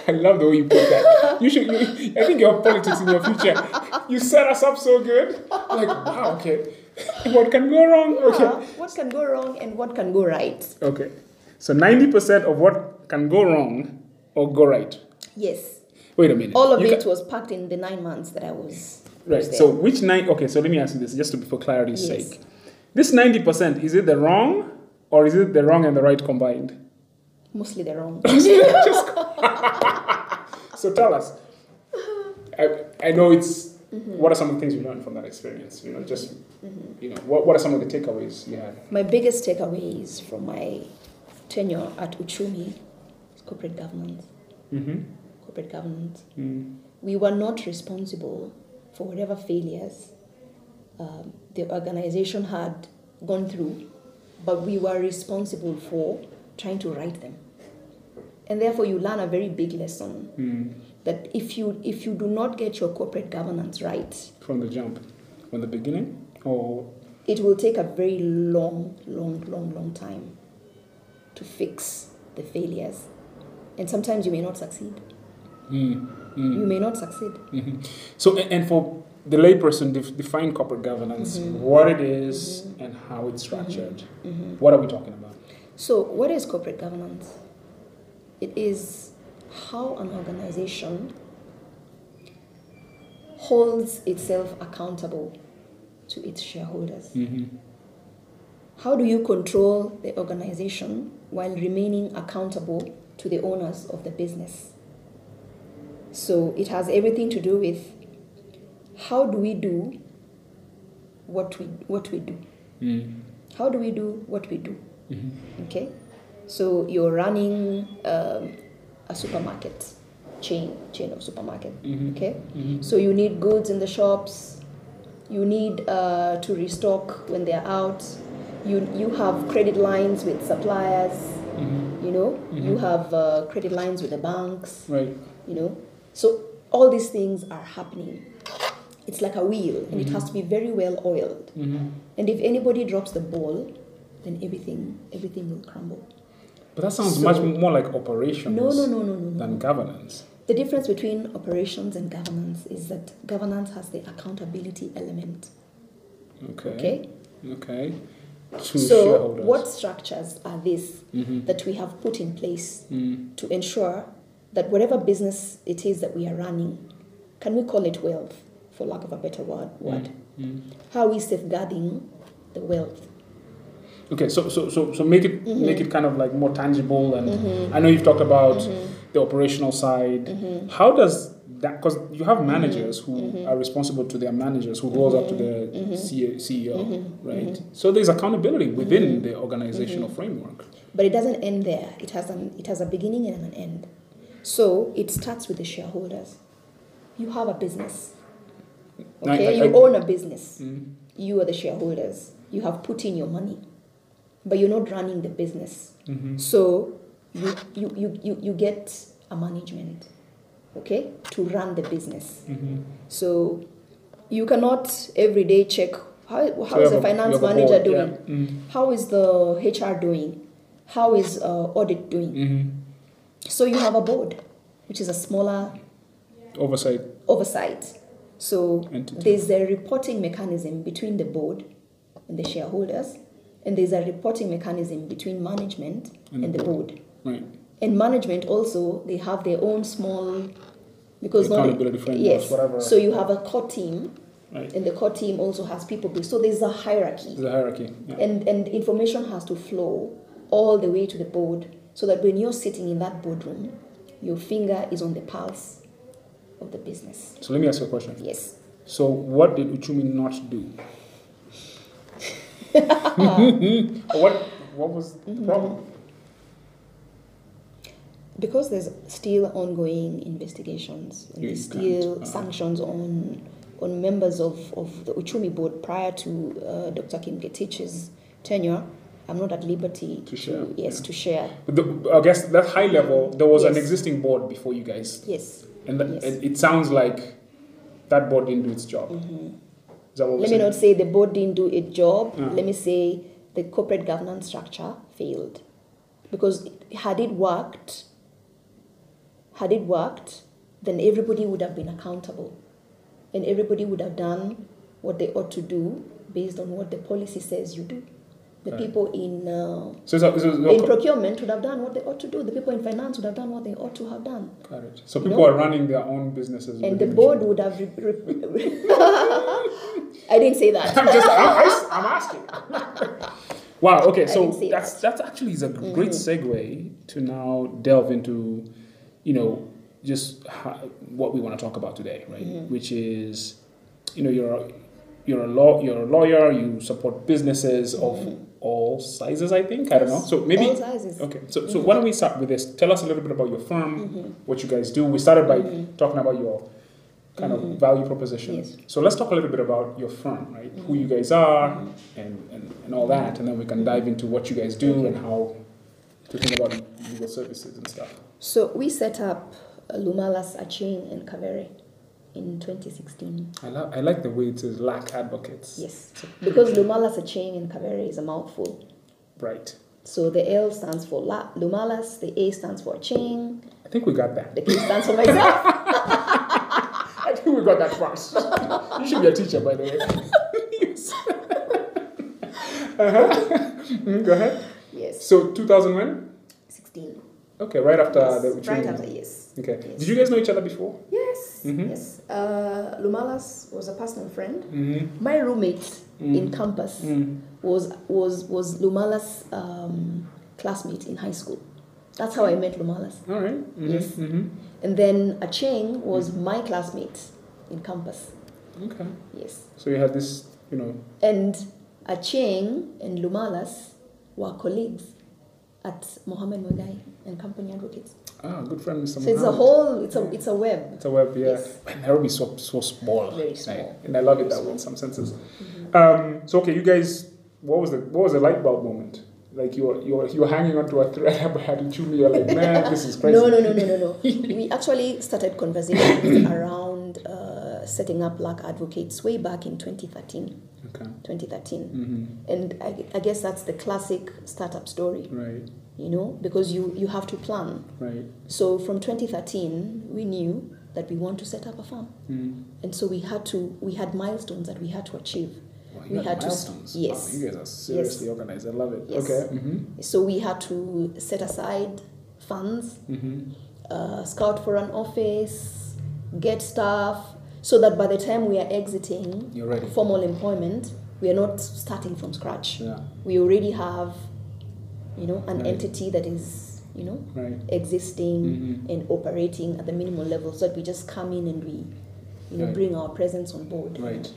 Speaker 1: I love the way you put that. You should. You, I think you have politics in your future. You set us up so good. Like wow. Okay. What can go wrong?
Speaker 2: Uh,
Speaker 1: Okay.
Speaker 2: what can go wrong and what can go right?
Speaker 1: Okay. So ninety percent of what can go wrong or go right.
Speaker 2: Yes,
Speaker 1: Wait a minute.
Speaker 2: all of
Speaker 1: You
Speaker 2: it
Speaker 1: ca-
Speaker 2: was packed in the nine months that I was.
Speaker 1: Right.
Speaker 2: was there.
Speaker 1: So which nine? Okay. So let me ask you this, just to, for clarity's
Speaker 2: Yes.
Speaker 1: sake. This ninety percent is it the wrong or is it the wrong and the right combined?
Speaker 2: mostly the wrong.
Speaker 1: Just- so tell us.
Speaker 2: Uh-huh.
Speaker 1: I, I know it's.
Speaker 2: Mm-hmm.
Speaker 1: What are some of the things you learned from that experience? You know, just you know, what, what are some of the takeaways you had?
Speaker 2: My biggest takeaways from my tenure at Uchumi is corporate governance.
Speaker 1: Mm-hmm.
Speaker 2: Corporate governance.
Speaker 1: Mm.
Speaker 2: we were not responsible for whatever failures um, the organization had gone through, but we were responsible for trying to right them. And therefore, you learn a very big lesson
Speaker 1: Mm.
Speaker 2: that if you if you do not get your corporate governance right,
Speaker 1: From the jump, from the beginning, or
Speaker 2: it will take a very long, long, long, long time to fix the failures. And sometimes you may not succeed. You may not succeed.
Speaker 1: mm, So, a- and for the layperson, def- define corporate governance,
Speaker 2: Mm-hmm.
Speaker 1: what it is and how it's structured. What are we talking about?
Speaker 2: So, what is corporate governance? It is how an organization holds itself accountable to its shareholders.
Speaker 1: Mm-hmm.
Speaker 2: How do you control the organization while remaining accountable to the owners of the business? So, it has everything to do with how do we do what we, what we do?
Speaker 1: Mm-hmm.
Speaker 2: How do we do what we do? Okay, so you're running um, a supermarket chain, chain of supermarket.
Speaker 1: Mm-hmm.
Speaker 2: Okay, so you need goods in the shops. You need uh, to restock when they're out. You you have credit lines with suppliers.
Speaker 1: Mm-hmm.
Speaker 2: You know, you have uh, credit lines with the banks.
Speaker 1: Right.
Speaker 2: You know, so all these things are happening. It's like a wheel, and it has to be very well oiled.
Speaker 1: Mm-hmm.
Speaker 2: And if anybody drops the ball, then everything everything will crumble.
Speaker 1: But that sounds
Speaker 2: So-
Speaker 1: much more like operations
Speaker 2: No, no, no, no, no. no.
Speaker 1: than governance.
Speaker 2: The difference between operations and governance is that governance has the accountability element.
Speaker 1: Okay.
Speaker 2: Okay.
Speaker 1: Okay. To
Speaker 2: so,
Speaker 1: shareholders. Mm-hmm.
Speaker 2: what structures are these that we have put in place to ensure that whatever business it is that we are running, can we call it wealth, for lack of a better word?
Speaker 1: Mm.
Speaker 2: word?
Speaker 1: Mm-hmm.
Speaker 2: How are we safeguarding the wealth?
Speaker 1: Okay, so so so so make it
Speaker 2: Mm-hmm.
Speaker 1: make it kind of like more tangible, and I know you've talked about
Speaker 2: Mm-hmm.
Speaker 1: the operational side. How does that? Because you have
Speaker 2: Mm-hmm.
Speaker 1: managers who are responsible to their managers, who rolls up to the
Speaker 2: Mm-hmm.
Speaker 1: C- CEO, right? So there's accountability within
Speaker 2: Mm-hmm.
Speaker 1: the organizational framework.
Speaker 2: But it doesn't end there. It has an it has a beginning and an end. So it starts with the shareholders. You have a business.
Speaker 1: I-
Speaker 2: Okay,
Speaker 1: I-
Speaker 2: you
Speaker 1: I-
Speaker 2: own a business.
Speaker 1: Mm-hmm.
Speaker 2: You are the shareholders. You have put in your money, but you're not running the business.
Speaker 1: Mm-hmm.
Speaker 2: So you, you, you, you, you get a management, okay, to run the business. So you cannot every day check how,
Speaker 1: So
Speaker 2: how
Speaker 1: you
Speaker 2: is
Speaker 1: have
Speaker 2: the
Speaker 1: a- you
Speaker 2: finance
Speaker 1: have a
Speaker 2: manager
Speaker 1: board, yeah.
Speaker 2: doing? How is the HR doing? How is uh, audit doing?
Speaker 1: Mm, mm-hmm.
Speaker 2: So you have a board, which is a smaller
Speaker 1: Oversight.
Speaker 2: oversight. So
Speaker 1: Entity.
Speaker 2: there's a reporting mechanism between the board and the shareholders, and there's a reporting mechanism between management
Speaker 1: And
Speaker 2: and,
Speaker 1: the
Speaker 2: the board.
Speaker 1: Right.
Speaker 2: And management also they have their own small because not-
Speaker 1: Accountability frameworks,
Speaker 2: yes.
Speaker 1: whatever.
Speaker 2: So you have a core team,
Speaker 1: Right.
Speaker 2: and the core team also has people. be- So there's a hierarchy,
Speaker 1: The hierarchy. Yeah.
Speaker 2: and and information has to flow all the way to the board, so that when you're sitting in that boardroom, your finger is on the pulse of the business.
Speaker 1: So let me ask you a question.
Speaker 2: Yes.
Speaker 1: So what did Uchumi not do? what what was the
Speaker 2: Mm-hmm.
Speaker 1: problem?
Speaker 2: because there's still ongoing investigations and
Speaker 1: You
Speaker 2: there's
Speaker 1: can't,
Speaker 2: still
Speaker 1: uh,
Speaker 2: sanctions on on members of, of the Uchumi board prior to uh, Dr. Kim Getich's tenure, I'm not at liberty
Speaker 1: To share,
Speaker 2: yes
Speaker 1: yeah.
Speaker 2: to share
Speaker 1: The, I guess that high level, there was an
Speaker 2: Yes.
Speaker 1: existing board before you guys,
Speaker 2: yes.
Speaker 1: and that,
Speaker 2: Yes.
Speaker 1: and it sounds like that board didn't do its job. Is that what
Speaker 2: Mm-hmm. Let me
Speaker 1: we're
Speaker 2: not
Speaker 1: saying?
Speaker 2: say the board didn't do its job.
Speaker 1: Yeah.
Speaker 2: Let me say the corporate governance structure failed because had it worked, had it worked, then everybody would have been accountable, and everybody would have done what they ought to do based on what the policy says you do. The
Speaker 1: Right.
Speaker 2: people in uh,
Speaker 1: So, so, so,
Speaker 2: in
Speaker 1: so,
Speaker 2: procurement would have done what they ought to do. The people in finance would have done what they ought to have done,
Speaker 1: Got it. so
Speaker 2: you
Speaker 1: people
Speaker 2: know?
Speaker 1: are running their own businesses.
Speaker 2: and the
Speaker 1: within
Speaker 2: board
Speaker 1: Uchumi.
Speaker 2: would have. Re- re- I didn't say that.
Speaker 1: I'm just, I'm, I s- I'm asking. wow. Okay. So
Speaker 2: didn't see Mm-hmm.
Speaker 1: that's that's actually is a great segue to now delve into, you know, just ho- what we want to talk about today, right?
Speaker 2: Mm-hmm.
Speaker 1: Which is, you know, you're a- you're a law you're a lawyer. You support businesses of all sizes. I think I don't know. So maybe
Speaker 2: Mm-hmm. All sizes.
Speaker 1: Okay, so, so why don't we start with this? Tell us a little bit about your
Speaker 2: Mm-hmm.
Speaker 1: firm, what you guys do. We started by talking about your kind of value proposition.
Speaker 2: Mm-hmm. Yes. Mm-hmm.
Speaker 1: So let's talk a little bit about your firm, right? Who you guys are and, and, and all that, and then we can dive into what you guys do and how to think about legal services and stuff.
Speaker 2: So we set up uh, Lumalas, Aching, and Kaveri in 2016.
Speaker 1: I, lo- I like the way it says lack advocates.
Speaker 2: Yes, because Lumala's a chain in Kaveri is a mouthful.
Speaker 1: Right.
Speaker 2: So the L stands for la- Lumala's, the A stands for chain,
Speaker 1: I think we got that.
Speaker 2: the K stands for myself.
Speaker 1: I think we got that fast. you should be a teacher, by the way. Yes. uh-huh. Mm, Go ahead.
Speaker 2: yes,
Speaker 1: So 2000 when?
Speaker 2: 16.
Speaker 1: Okay, right after
Speaker 2: Yes,
Speaker 1: the
Speaker 2: right
Speaker 1: training.
Speaker 2: after, yes.
Speaker 1: Okay.
Speaker 2: Yes.
Speaker 1: Did you guys know each other before?
Speaker 2: Yes,
Speaker 1: Mhm.
Speaker 2: yes. Uh, Lumala's was a personal friend.
Speaker 1: Mm-hmm.
Speaker 2: My roommate in
Speaker 1: Mm.
Speaker 2: campus
Speaker 1: Mm.
Speaker 2: was was was Lumala's um, classmate in high school. That's how I met Lumala's.
Speaker 1: All right. Mm-hmm.
Speaker 2: Yes.
Speaker 1: Mm-hmm.
Speaker 2: And then Acheng was my classmate in campus.
Speaker 1: Okay.
Speaker 2: Yes.
Speaker 1: So you had this, you know.
Speaker 2: And Acheng and Lumalas were colleagues at Mohammed Mungai and Company Advocates.
Speaker 1: Ah, good friend, Mr.
Speaker 2: So it's a
Speaker 1: Mohammed.
Speaker 2: whole it's a it's a web.
Speaker 1: It's a web, yeah.
Speaker 2: Yes.
Speaker 1: Man, Nairobi is so, so small.
Speaker 2: Very
Speaker 1: right?
Speaker 2: small.
Speaker 1: And I love it that way in some senses. Um, so okay, you guys, what was the what was the light bulb moment? Like you were you were, you were hanging onto a thread by had to me. You're like, man, this is crazy.
Speaker 2: No, no, no, no, no, no. we actually started conversations around uh, setting up black advocates way back in 2013.
Speaker 1: Okay.
Speaker 2: 2013.
Speaker 1: Mm-hmm.
Speaker 2: And I, I guess that's the classic startup story,
Speaker 1: Right.
Speaker 2: you know, because you, you have to plan.
Speaker 1: Right.
Speaker 2: So from 2013, we knew that we want to set up a farm.
Speaker 1: Mm.
Speaker 2: And so we had to, we had milestones that we had to achieve.
Speaker 1: Wow,
Speaker 2: We
Speaker 1: you
Speaker 2: had
Speaker 1: had
Speaker 2: to-
Speaker 1: milestones.
Speaker 2: yes.
Speaker 1: Wow, you guys are seriously organized. I love it.
Speaker 2: Yes.
Speaker 1: Okay. Mm-hmm.
Speaker 2: So we had to set aside funds,
Speaker 1: Mm-hmm.
Speaker 2: uh, scout for an office, get staff, so that by the time we are exiting
Speaker 1: You're ready.
Speaker 2: formal employment, we are not starting from scratch.
Speaker 1: Yeah.
Speaker 2: We already have, you know, an
Speaker 1: Right.
Speaker 2: entity that is, you know,
Speaker 1: Right.
Speaker 2: existing
Speaker 1: Mhm.
Speaker 2: and operating at the minimum level so that we just come in and we you know
Speaker 1: Right.
Speaker 2: bring our presence on board
Speaker 1: Right.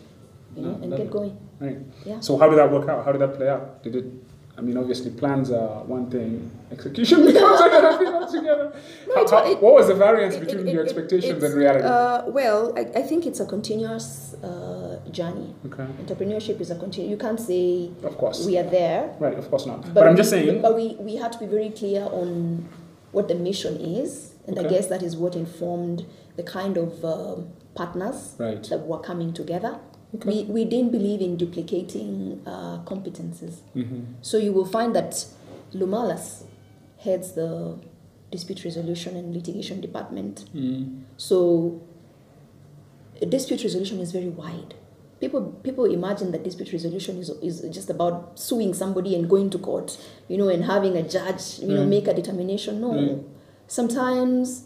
Speaker 2: you know
Speaker 1: No,
Speaker 2: and
Speaker 1: love
Speaker 2: get
Speaker 1: it.
Speaker 2: going
Speaker 1: Right.
Speaker 2: yeah
Speaker 1: So how did that work out? How did that play out? Did it? I mean, obviously, plans are one thing. Execution becomes another thing altogether.
Speaker 2: No, it-
Speaker 1: How- how-
Speaker 2: it-
Speaker 1: what was the variance
Speaker 2: It-
Speaker 1: between
Speaker 2: it-
Speaker 1: your
Speaker 2: it-
Speaker 1: expectations
Speaker 2: it's,
Speaker 1: and reality?
Speaker 2: uh, well I, I think it's a continuous uh, journey
Speaker 1: okay.
Speaker 2: entrepreneurship is a continu. you can't say
Speaker 1: Of course.
Speaker 2: we are there
Speaker 1: right. Of course not. But,
Speaker 2: we-
Speaker 1: I'm just saying.
Speaker 2: but we, we had to be very clear on what the mission is and i
Speaker 1: Okay.
Speaker 2: guess that is what informed the kind of um, partners
Speaker 1: Right.
Speaker 2: that were coming together
Speaker 1: Okay.
Speaker 2: we, we didn't believe in duplicating uh, competences
Speaker 1: hmm
Speaker 2: So you will find that Lumalas heads the dispute resolution and litigation department.
Speaker 1: Mm-hmm.
Speaker 2: So dispute resolution is very wide. People people imagine that dispute resolution is, is just about suing somebody and going to court, you know, and having a judge, you know,
Speaker 1: Mm.
Speaker 2: make a determination. No.
Speaker 1: Mm.
Speaker 2: Sometimes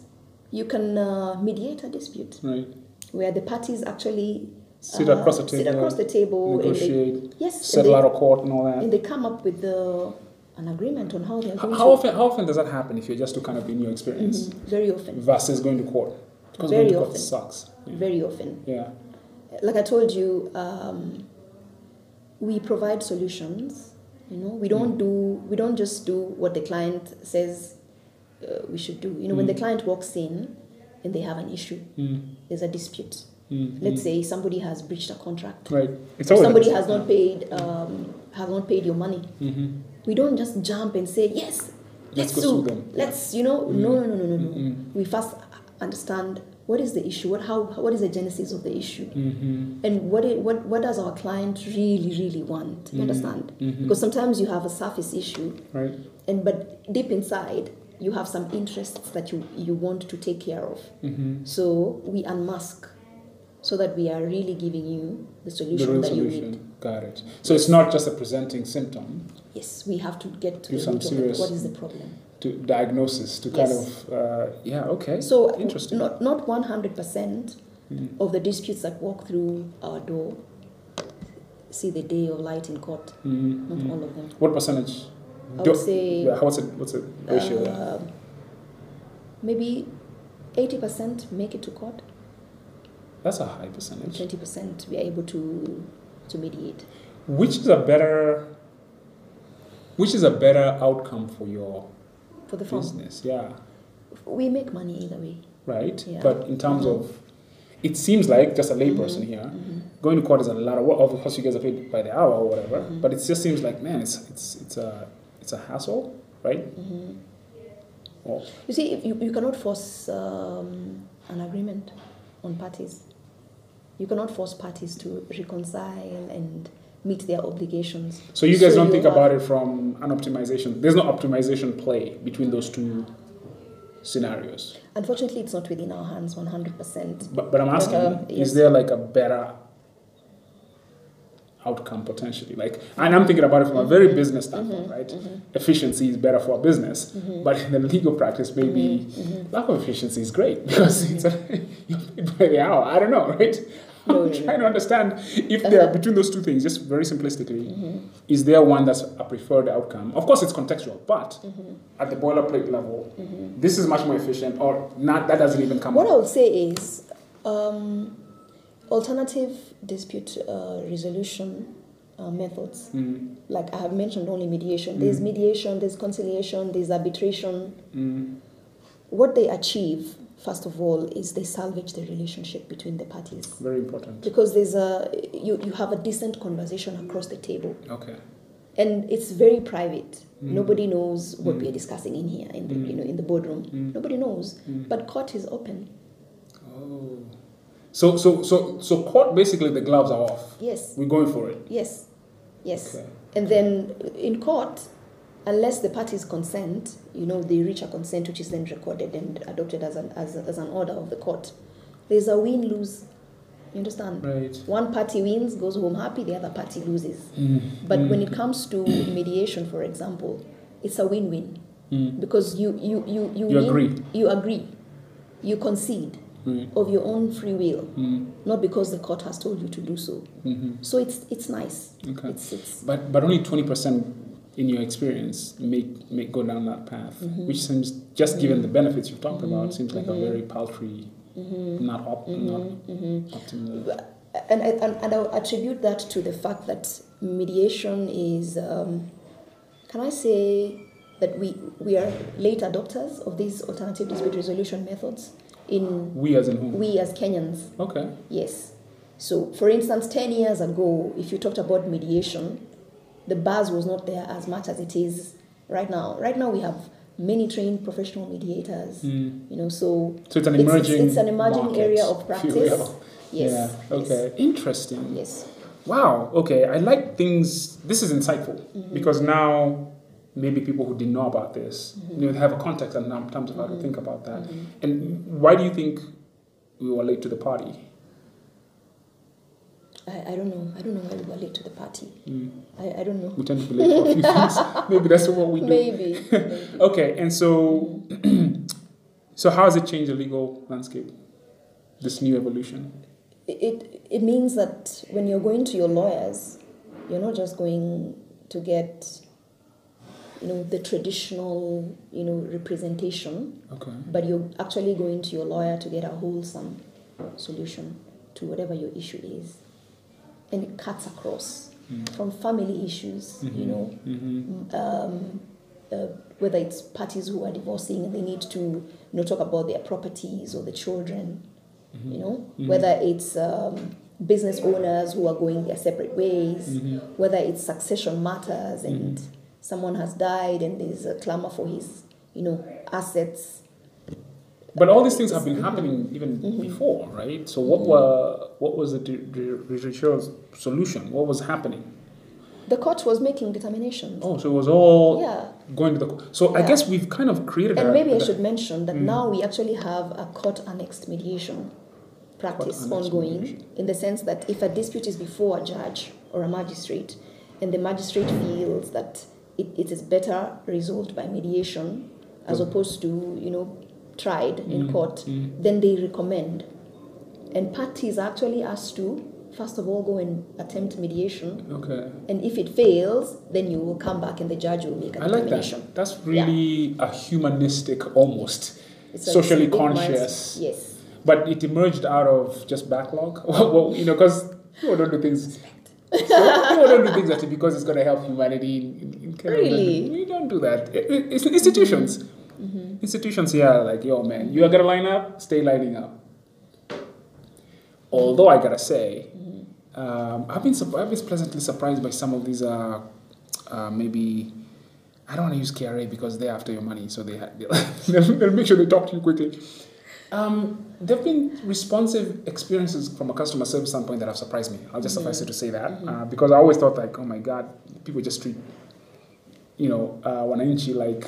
Speaker 2: you can uh, mediate a dispute
Speaker 1: Right.
Speaker 2: where the parties actually
Speaker 1: Sit
Speaker 2: uh,
Speaker 1: across the
Speaker 2: sit
Speaker 1: table,
Speaker 2: across the table and they-
Speaker 1: negotiate,
Speaker 2: yes, and
Speaker 1: settle
Speaker 2: they-
Speaker 1: out of court, and all that.
Speaker 2: and they come up with the, an agreement on how they're
Speaker 1: How
Speaker 2: going
Speaker 1: how
Speaker 2: to
Speaker 1: often? How often does that happen if you're just to kind of in your experience
Speaker 2: Mhm, very often
Speaker 1: versus going to court? Because
Speaker 2: Very
Speaker 1: going to court
Speaker 2: often.
Speaker 1: sucks. Yeah.
Speaker 2: very often
Speaker 1: yeah.
Speaker 2: like i told you um, we provide solutions you know we don't
Speaker 1: Mm.
Speaker 2: do we don't just do what the client says uh, we should do you know when the client walks in and they have an issue
Speaker 1: Mm.
Speaker 2: there's a dispute
Speaker 1: Mm.
Speaker 2: let's say somebody has breached a contract
Speaker 1: Right. It's
Speaker 2: or
Speaker 1: always
Speaker 2: somebody has not paid um, has not paid your money
Speaker 1: Mm-hmm.
Speaker 2: we don't just jump and say yes let's,
Speaker 1: Let's go
Speaker 2: sue.
Speaker 1: sue them." Mm-hmm.
Speaker 2: let's you know
Speaker 1: Mm.
Speaker 2: no no no no no no
Speaker 1: Mm-mm.
Speaker 2: we first understand what is the issue what how what is the genesis of the issue
Speaker 1: Mm-hmm.
Speaker 2: and what it, what what does our client really really want you understand
Speaker 1: Mhm.
Speaker 2: because sometimes you have a surface issue
Speaker 1: Right.
Speaker 2: and but deep inside you have some interests that you you want to take care of
Speaker 1: Mm-hmm.
Speaker 2: so we unmask so that we are really giving you the
Speaker 1: The
Speaker 2: solution
Speaker 1: real
Speaker 2: that you need
Speaker 1: solution. Got it. So it's not just a presenting symptom
Speaker 2: yes we have to get to
Speaker 1: Do
Speaker 2: the
Speaker 1: some
Speaker 2: root of it.
Speaker 1: serious-
Speaker 2: what is the problem
Speaker 1: to diagnosis to
Speaker 2: Yes.
Speaker 1: kind of uh, yeah okay Mm-hmm.
Speaker 2: So
Speaker 1: interesting
Speaker 2: Not not one hundred percent of the disputes that walk through our door see the day of light in court.
Speaker 1: Mhm.
Speaker 2: Not all of them.
Speaker 1: what percentage?
Speaker 2: I would
Speaker 1: Do-
Speaker 2: say
Speaker 1: yeah, what's it? What's it ratio? there?
Speaker 2: uh, maybe eighty percent make it to court.
Speaker 1: That's a high
Speaker 2: And
Speaker 1: percentage.
Speaker 2: twenty percent we are able to to mediate.
Speaker 1: Which is a better? Which is a better outcome for your
Speaker 2: For the farm,
Speaker 1: business? Yeah,
Speaker 2: we make money either way.
Speaker 1: right.
Speaker 2: Yeah. Mm-hmm.
Speaker 1: But in terms of, it seems like just a layperson
Speaker 2: Mhm,
Speaker 1: here.
Speaker 2: mhm.
Speaker 1: Going to court is a lot of work. Of course, you guys are paid by the hour or whatever.
Speaker 2: Mm-hmm.
Speaker 1: But it just seems like man, it's it's it's a it's a hassle, right?
Speaker 2: Mhm.
Speaker 1: Well,
Speaker 2: You see, if you, you cannot force um, an agreement on parties. You cannot force parties to reconcile and meet their obligations.
Speaker 1: So you guys
Speaker 2: So
Speaker 1: don't
Speaker 2: you
Speaker 1: think about it
Speaker 2: have-
Speaker 1: from an optimization. There's no optimization play between those two scenarios.
Speaker 2: Unfortunately, it's not within our hands 100%.
Speaker 1: But, but I'm asking,
Speaker 2: Uh-huh,
Speaker 1: is
Speaker 2: yes.
Speaker 1: there like a better outcome potentially? Like, and I'm thinking about it from a
Speaker 2: Mm-hmm.
Speaker 1: very business standpoint, right? Efficiency is better for a business,
Speaker 2: Mm-hmm.
Speaker 1: but in the legal practice, maybe lack of efficiency is great because it's a, you're paid by the hour. I don't know, right? I'm
Speaker 2: Mm-hmm. No, no,
Speaker 1: trying to understand if there
Speaker 2: Uh-huh. Mm-hmm.
Speaker 1: between those two things, just very simplistically, is there one that's a preferred outcome? Of course, it's contextual, but
Speaker 2: Mm-hmm.
Speaker 1: at the boilerplate level, this is much more efficient, or not? That doesn't even come.
Speaker 2: What
Speaker 1: up.
Speaker 2: I would say is um, alternative dispute uh, resolution uh, methods.
Speaker 1: Mm,
Speaker 2: Like I have mentioned, only mediation. There's
Speaker 1: Mhm.
Speaker 2: mediation, there's conciliation, there's arbitration.
Speaker 1: mm.
Speaker 2: What they achieve, first of all, is they salvage the relationship between the parties.
Speaker 1: Very important.
Speaker 2: Because there's a you, you have a decent conversation across the table.
Speaker 1: Okay.
Speaker 2: And it's very private.
Speaker 1: Mm.
Speaker 2: Nobody knows what
Speaker 1: Mm.
Speaker 2: we are discussing in here, in the,
Speaker 1: Mm.
Speaker 2: you know, in the boardroom.
Speaker 1: Mm.
Speaker 2: Nobody knows.
Speaker 1: Mm.
Speaker 2: But court is open.
Speaker 1: Oh. So so so so court basically the gloves are off.
Speaker 2: Yes,
Speaker 1: We're going for it.
Speaker 2: yes, yes.
Speaker 1: Mm. Okay.
Speaker 2: And then in court, unless the parties consent, you know, they reach a consent which is then recorded and adopted as an, as, as an order of the court. There's a win lose. You understand?
Speaker 1: Right.
Speaker 2: One party wins, goes home happy, the other party loses.
Speaker 1: Mm,
Speaker 2: But when it comes to mediation, for example, it's a win win
Speaker 1: Mm.
Speaker 2: because you, you, you, you,
Speaker 1: You
Speaker 2: win,
Speaker 1: agree.
Speaker 2: You agree. You concede
Speaker 1: Mm.
Speaker 2: of your own free will,
Speaker 1: Mm.
Speaker 2: not because the court has told you to do so.
Speaker 1: hmm
Speaker 2: So it's, it's nice.
Speaker 1: Okay.
Speaker 2: It's, it's,
Speaker 1: But but only twenty percent in your experience make make go down that path,
Speaker 2: Mhm.
Speaker 1: which seems just given the benefits you've talked about, seems like
Speaker 2: Mhm.
Speaker 1: a very paltry,
Speaker 2: Mm-hmm.
Speaker 1: not op- not
Speaker 2: Mm-hmm.
Speaker 1: optimal.
Speaker 2: And, I- and, and I'll attribute that to the fact that mediation is, um, can I say that we, we are late adopters of these alternative dispute resolution methods in
Speaker 1: We as in whom?
Speaker 2: we as Kenyans,
Speaker 1: Okay.
Speaker 2: yes. So, for instance, 10 years ago, if you talked about mediation, the buzz was not there as much as it is right now. Right now, we have many trained professional mediators,
Speaker 1: Mm.
Speaker 2: you know, so
Speaker 1: So it's an
Speaker 2: It's- it's-
Speaker 1: emerging.
Speaker 2: it's an emerging
Speaker 1: market,
Speaker 2: area of
Speaker 1: if you
Speaker 2: practice.
Speaker 1: will.
Speaker 2: yes.
Speaker 1: Yeah. Okay. Interesting.
Speaker 2: Yes. yes.
Speaker 1: Wow. Okay. I like things. This is insightful
Speaker 2: Mm-hmm.
Speaker 1: because now maybe people who didn't know about this,
Speaker 2: Mm-hmm.
Speaker 1: you know, they have a context and now terms of how to think about that. And why do you think we were late to the party?
Speaker 2: I, I don't know. I don't know why we were late to the party.
Speaker 1: Mm.
Speaker 2: I, I don't know.
Speaker 1: We tend to be late for a few things. Maybe Oh. that's what we do.
Speaker 2: Maybe. maybe.
Speaker 1: Okay. And so, so how has it changed the legal landscape? This new evolution.
Speaker 2: It, it means that when you're going to your lawyers, you're not just going to get, you know, the traditional, you know, representation,
Speaker 1: Okay.
Speaker 2: but you're actually going to your lawyer to get a wholesome solution to whatever your issue is. And it cuts across from family issues, you know,
Speaker 1: Mm. Mm-hmm.
Speaker 2: um, uh, whether it's parties who are divorcing and they need to you know talk about their properties or the children,
Speaker 1: Mm-hmm.
Speaker 2: you know, whether it's um, business owners who are going their separate ways,
Speaker 1: Mm-hmm.
Speaker 2: whether it's succession matters and someone has died and there's a clamor for his you know assets.
Speaker 1: But all these things have been happening even before, right? So what were what was the di- di- judicial solution? What was happening?
Speaker 2: The court was making determinations.
Speaker 1: Oh, so it was all
Speaker 2: Yeah,
Speaker 1: going to the. co- So I
Speaker 2: Yeah.
Speaker 1: guess we've kind of created.
Speaker 2: and
Speaker 1: a,
Speaker 2: maybe I
Speaker 1: a-
Speaker 2: should mention that
Speaker 1: Mm.
Speaker 2: now we actually have a court annexed mediation practice
Speaker 1: annexed
Speaker 2: ongoing
Speaker 1: mediation.
Speaker 2: in the sense that if a dispute is before a judge or a magistrate and the magistrate feels that it, it is better resolved by mediation as
Speaker 1: Mm.
Speaker 2: opposed to you know tried in
Speaker 1: Mm,
Speaker 2: court
Speaker 1: mm.
Speaker 2: then they recommend and parties are actually asked to first of all go and attempt mediation
Speaker 1: Okay,
Speaker 2: and if it fails then you will come back and the judge will make a
Speaker 1: I like
Speaker 2: determination
Speaker 1: that. That's really a humanistic, almost
Speaker 2: It's a-
Speaker 1: socially
Speaker 2: it's a big milestone.
Speaker 1: conscious.
Speaker 2: yes
Speaker 1: But it emerged out of just backlog. well, you know, because people don't do things. So people don't do things actually because it's going to help humanity. in- in kind of-
Speaker 2: Really?
Speaker 1: we don't do that. I- I- it's institutions. Institutions here are like, yo, man, you are going to line up, stay lining up. Although I got to say, um, I've, been surp- I've been pleasantly surprised by some of these, uh, uh, maybe. I don't want to use KRA because they're after your money, so they ha- they'll, they'll make sure they talk to you quickly. Um, there have been responsive experiences from a customer service standpoint that have surprised me. I'll just suffice it to say that uh, because I always thought like, oh my god, people just treat you know uh, wananchi like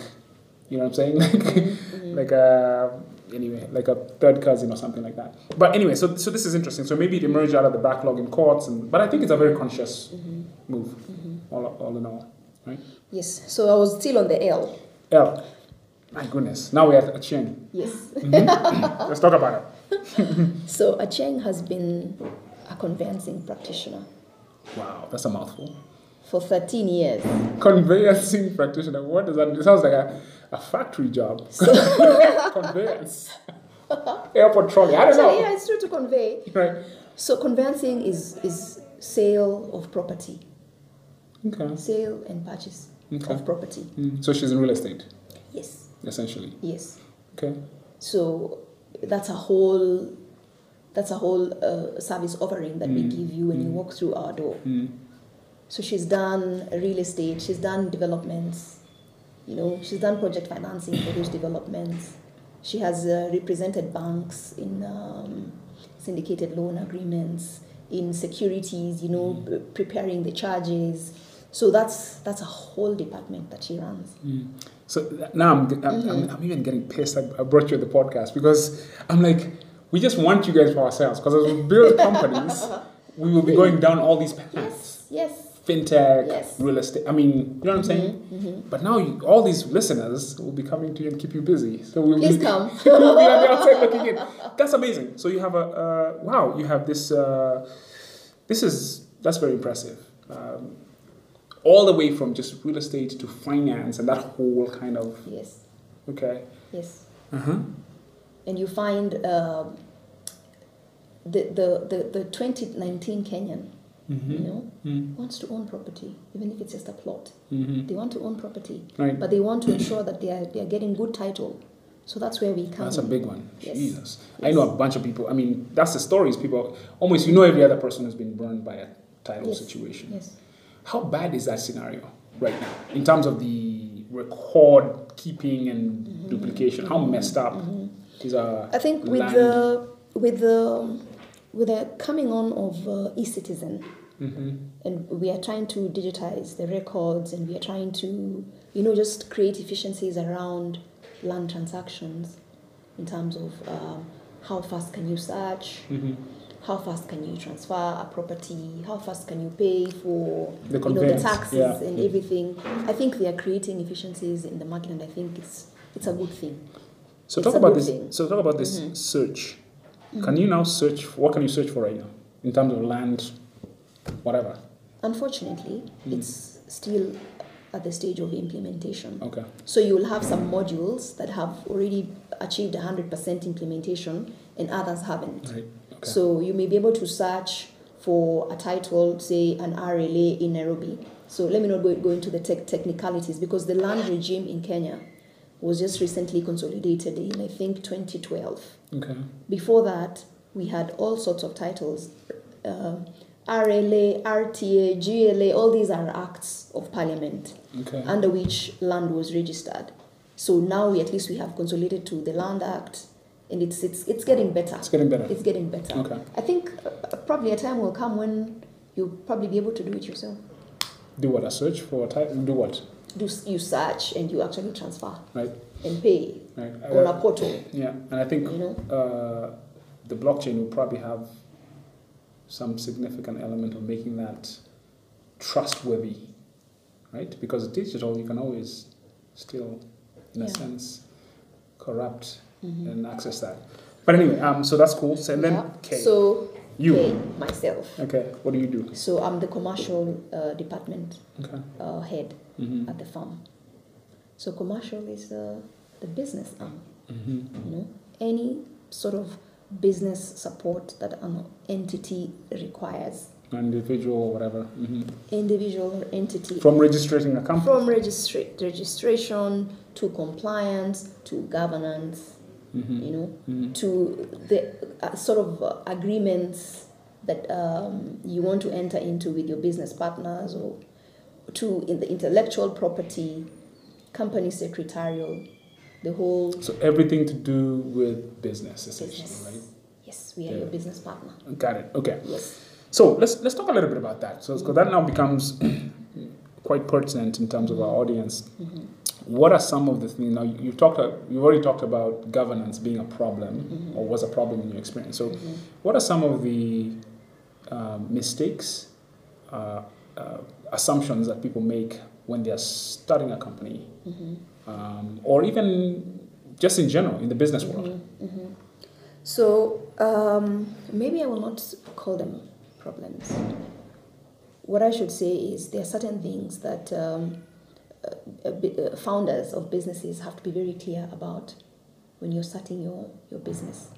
Speaker 1: you know what I'm saying like like a anyway like a third cousin or something like that. But anyway, so so this is interesting. So maybe it emerged out of the backlog in courts, and but I think it's a very conscious move, all all in all, right?
Speaker 2: Yes. So I was still on the L.
Speaker 1: L. My goodness, now we're at Acheng.
Speaker 2: Yes.
Speaker 1: Let's talk about it.
Speaker 2: So Acheng has been a conveyancing practitioner
Speaker 1: Wow, that's a mouthful.
Speaker 2: for 13 years.
Speaker 1: Conveyancing practitioner. What does that mean? It sounds like a, a factory job. Conveyance. Airport trolley. I don't
Speaker 2: So
Speaker 1: know.
Speaker 2: yeah, it's true to convey.
Speaker 1: Right.
Speaker 2: So conveyancing is is sale of property,
Speaker 1: Okay.
Speaker 2: sale and purchase
Speaker 1: Okay.
Speaker 2: of property.
Speaker 1: Mm, So she's in real estate,
Speaker 2: Yes.
Speaker 1: essentially.
Speaker 2: Yes.
Speaker 1: Okay.
Speaker 2: So that's a whole that's a whole uh, service offering that we
Speaker 1: Mm.
Speaker 2: give you when you
Speaker 1: Mm.
Speaker 2: walk through our door.
Speaker 1: Mm.
Speaker 2: So she's done real estate, she's done developments, you know, she's done project financing for those developments. She has uh, represented banks in um, syndicated loan agreements, in securities, you know,
Speaker 1: Mm.
Speaker 2: p- preparing the charges. So that's that's a whole department that she runs.
Speaker 1: Mm. So th- now I'm, I'm, I'm,
Speaker 2: Mm-hmm.
Speaker 1: I'm even getting pissed. I, I brought you the podcast because I'm like, we just want you guys for ourselves because as we build companies, we will be going down all these paths.
Speaker 2: Yes.
Speaker 1: fintech,
Speaker 2: Yes. Mm-hmm.
Speaker 1: real estate. I mean, you know what I'm saying? But now you, all these listeners will be coming to you and keep you busy. So we'll
Speaker 2: Please
Speaker 1: be,
Speaker 2: come.
Speaker 1: we'll be on the outside looking in. That's amazing. So you have a uh, wow. You have this. Uh, this is that's very impressive. Um, all the way from just real estate to finance and that whole kind of
Speaker 2: Yes.
Speaker 1: okay.
Speaker 2: Yes.
Speaker 1: Uh-huh.
Speaker 2: And you find um the, the, the, the 2019 Kenyan, you
Speaker 1: Mm-hmm.
Speaker 2: know, wants to own property, even if it's just a plot.
Speaker 1: Mm-hmm.
Speaker 2: They want to own property,
Speaker 1: Right.
Speaker 2: but they want to ensure that they are, they are getting good title. So that's where we come.
Speaker 1: That's a
Speaker 2: in.
Speaker 1: big one.
Speaker 2: Yes.
Speaker 1: Jesus. I know a bunch of people. I mean, that's the stories people almost you know every other person has been burned by a title
Speaker 2: Yes.
Speaker 1: situation.
Speaker 2: Yes.
Speaker 1: How bad is that scenario right now in terms of the record keeping and duplication? How messed up is uh, our
Speaker 2: Mm-hmm. I think with
Speaker 1: land?
Speaker 2: the with the with the coming on of uh, e-citizen,
Speaker 1: Mhm.
Speaker 2: and we are trying to digitize the records, and we are trying to you know just create efficiencies around land transactions in terms of um, how fast can you search.
Speaker 1: Mhm.
Speaker 2: How fast can you transfer a property? How fast can you pay for
Speaker 1: The
Speaker 2: you know, the
Speaker 1: conveyance,
Speaker 2: taxes
Speaker 1: yeah. Mm-hmm.
Speaker 2: and everything? I think they are creating efficiencies in the market, and I think it's it's a good thing.
Speaker 1: So
Speaker 2: it's
Speaker 1: talk
Speaker 2: a
Speaker 1: about
Speaker 2: good
Speaker 1: this.
Speaker 2: thing. Mm-hmm.
Speaker 1: So talk about this search. Can you now search? What can you search for right now in terms of land, whatever?
Speaker 2: Unfortunately,
Speaker 1: Hmm.
Speaker 2: it's still at the stage of implementation.
Speaker 1: Okay.
Speaker 2: So you'll have some modules that have already achieved 100% implementation, and others haven't.
Speaker 1: Right. Okay.
Speaker 2: So you may be able to search for a title, say an RLA in Nairobi. So let me not go, go into the tech technicalities because the land regime in Kenya was just recently consolidated in I think 2012.
Speaker 1: okay.
Speaker 2: Before that, we had all sorts of titles. Um RLA, RTA, GLA, all these are acts of parliament
Speaker 1: Okay.
Speaker 2: under which land was registered. So now we at least we have consolidated to the Land Act, and it's it's it's getting better.
Speaker 1: it's getting better.
Speaker 2: It's getting better.
Speaker 1: Okay.
Speaker 2: I think uh, probably a time will come when you'll probably be able to do it yourself.
Speaker 1: Do what? A search for a title? Do what?
Speaker 2: Do s- you search and you actually transfer
Speaker 1: Right. Uh,
Speaker 2: and pay
Speaker 1: Right.
Speaker 2: on a portal?
Speaker 1: Yeah, and I think
Speaker 2: You know?
Speaker 1: uh, the blockchain will probably have some significant element of making that trustworthy, right? Because digital, you can always still, in a
Speaker 2: Yeah.
Speaker 1: sense, corrupt
Speaker 2: Mhm.
Speaker 1: and access that. But anyway, um, so that's cool. So and then
Speaker 2: Yeah.
Speaker 1: K,
Speaker 2: So
Speaker 1: you.
Speaker 2: K, myself.
Speaker 1: Okay, what do you do?
Speaker 2: So I'm the commercial uh, department
Speaker 1: Okay.
Speaker 2: uh, head
Speaker 1: Mm-hmm.
Speaker 2: at the farm. So commercial is uh, the business arm.
Speaker 1: Mm-hmm.
Speaker 2: you know any sort of business support that an entity requires
Speaker 1: Individual or whatever. hmm
Speaker 2: individual or entity
Speaker 1: From registering a company.
Speaker 2: from registra- registration to compliance to governance
Speaker 1: Mm-hmm.
Speaker 2: you know
Speaker 1: hmm
Speaker 2: to the uh, sort of uh, agreements that um, you want to enter into with your business partners or to in the intellectual property company secretarial the whole
Speaker 1: So everything to do with business, essentially,
Speaker 2: business. Yes, we are your business partner.
Speaker 1: right? Got it. Okay.
Speaker 2: Yes.
Speaker 1: So let's let's talk a little bit about that. So because that now becomes quite pertinent in terms of our audience.
Speaker 2: Mhm.
Speaker 1: What are some of the things now? You have talked. a- You've already talked about governance being a problem,
Speaker 2: Mhm.
Speaker 1: or was a problem in your experience. So,
Speaker 2: Mhm.
Speaker 1: what are some of the um mistakes, uh, uh, assumptions that people make when they are starting a company,
Speaker 2: Mhm.
Speaker 1: um, or even just in general in the business world?
Speaker 2: Mm-hmm. So um, maybe I will not call them problems. What I should say is there are certain things that um, uh, uh, bi- uh, founders of businesses have to be very clear about when you're starting your, your business.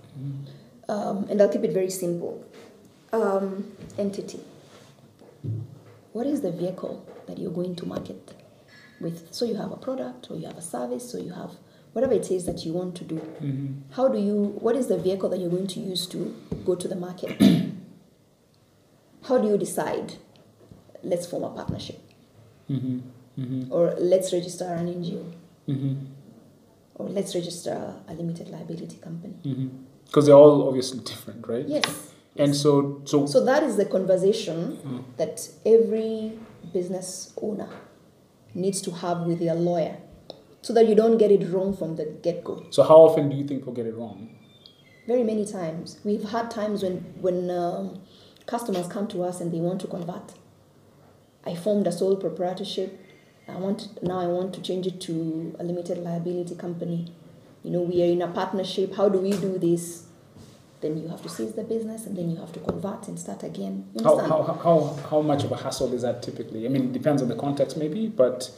Speaker 2: Um, and I'll keep it very simple. Um, entity. What is the vehicle that you're going to market with? So you have a product, or you have a service, or you have whatever it is that you want to do
Speaker 1: Mm-hmm.
Speaker 2: how do you what is the vehicle that you're going to use to go to the market how do you decide let's form a partnership
Speaker 1: Mm-hmm. Mm-hmm.
Speaker 2: or let's register an ngo
Speaker 1: Mm-hmm.
Speaker 2: or let's register a limited liability company
Speaker 1: Because Mm-hmm. they're all obviously different, right?
Speaker 2: yes
Speaker 1: And so, so,
Speaker 2: so that is the conversation
Speaker 1: Mm.
Speaker 2: that every business owner needs to have with their lawyer so that you don't get it wrong from the get-go
Speaker 1: so how often do you think people get it wrong?
Speaker 2: very many times we've had times when when um, customers come to us and they want to convert i formed a sole proprietorship i want now i want to change it to a limited liability company you know we are in a partnership how do we do this then you have to cease the business and then you have to convert and start again You
Speaker 1: How,
Speaker 2: understand?
Speaker 1: how, how, how much of a hassle is that typically? I mean, it depends on the context, maybe, but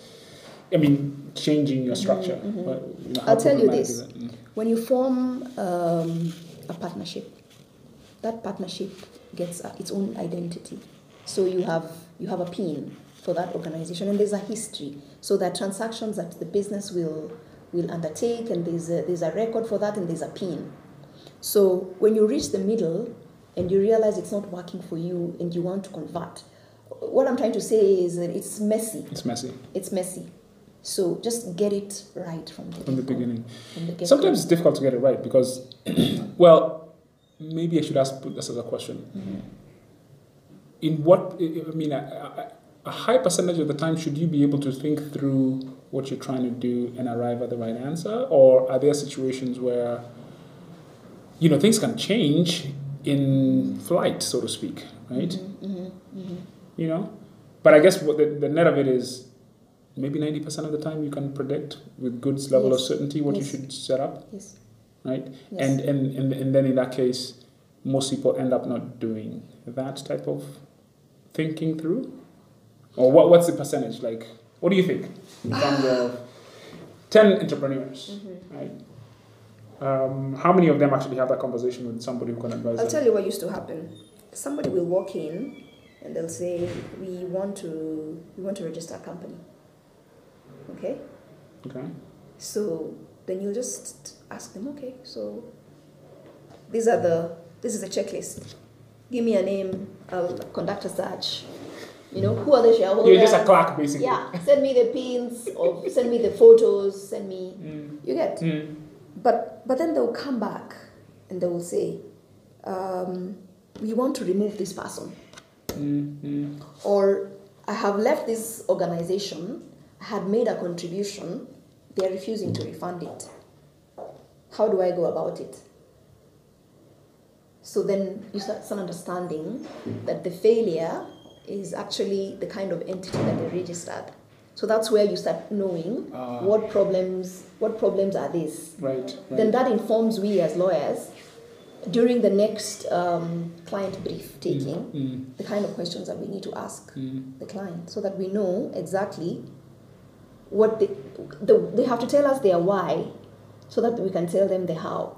Speaker 1: I mean, changing your structure.
Speaker 2: mhm.
Speaker 1: But, you know, how
Speaker 2: I'll tell you
Speaker 1: problematic is
Speaker 2: this.
Speaker 1: it? Mm.
Speaker 2: when you form um, a partnership that partnership gets uh, its own identity so you have you have a pin for that organization and there's a history so there are transactions that the business will will undertake and there's a, there's a record for that and there's a pin so when you reach the middle and you realize it's not working for you and you want to convert what i'm trying to say is that it's messy
Speaker 1: It's messy
Speaker 2: it's messy so just get it right from the,
Speaker 1: from the
Speaker 2: get-go,
Speaker 1: beginning.
Speaker 2: from the get-go.
Speaker 1: Sometimes it's difficult to get it right because, well, maybe I should ask put this as a question.
Speaker 2: Mhm.
Speaker 1: in what I I mean, a, a- a high percentage of the time, should you be able to think through what you're trying to do and arrive at the right answer, or are there situations where you know things can change in flight, so to speak, right?
Speaker 3: Mm-hmm,
Speaker 2: Mhm, mhm,
Speaker 1: You know, but I guess what the, the net of it is maybe ninety percent of the time you can predict with good level of
Speaker 2: Yes.
Speaker 1: certainty what
Speaker 2: Yes.
Speaker 1: you should set up,
Speaker 2: mhm. Yes.
Speaker 1: right?
Speaker 2: Yes.
Speaker 1: And, and and and then in that case, most people end up not doing that type of thinking through. Or what, what's the percentage like? What do you think in terms of ten entrepreneurs,
Speaker 3: Mm-hmm.
Speaker 1: right? Um, how many of them actually have that conversation with somebody who can advise
Speaker 3: I'll
Speaker 1: them?
Speaker 3: tell you what used to happen. Somebody will walk in and they'll say, "We want to, we want to register a company." Okay,
Speaker 1: Okay.
Speaker 3: so then you'll just ask them, "Okay, so these are the, this is the checklist. Give me a name. I'll conduct a search.
Speaker 2: You know, who are the shareholders?
Speaker 1: You're just a clerk, basically.
Speaker 2: Yeah, send me the pins or send me the photos, send me.
Speaker 1: Mm.
Speaker 3: You get."
Speaker 1: Mm.
Speaker 3: But but then they'll come back and they will say, um, "We want to remove this person."
Speaker 1: Mm. Mm.
Speaker 3: or I have left this organization, I had made a contribution, they are refusing to refund it. How do I go about it? So then you start some understanding that the failure is actually the kind of entity that they registered. So that's where you start knowing
Speaker 1: Ah.
Speaker 3: what problems what problems are these.
Speaker 1: Right. right.
Speaker 3: Then that informs we as lawyers during the next um, client brief taking
Speaker 1: Mm.
Speaker 3: the kind of questions that we need to ask
Speaker 1: Mm.
Speaker 3: the client so that we know exactly what they, the, they have to tell us their why so that we can tell them the how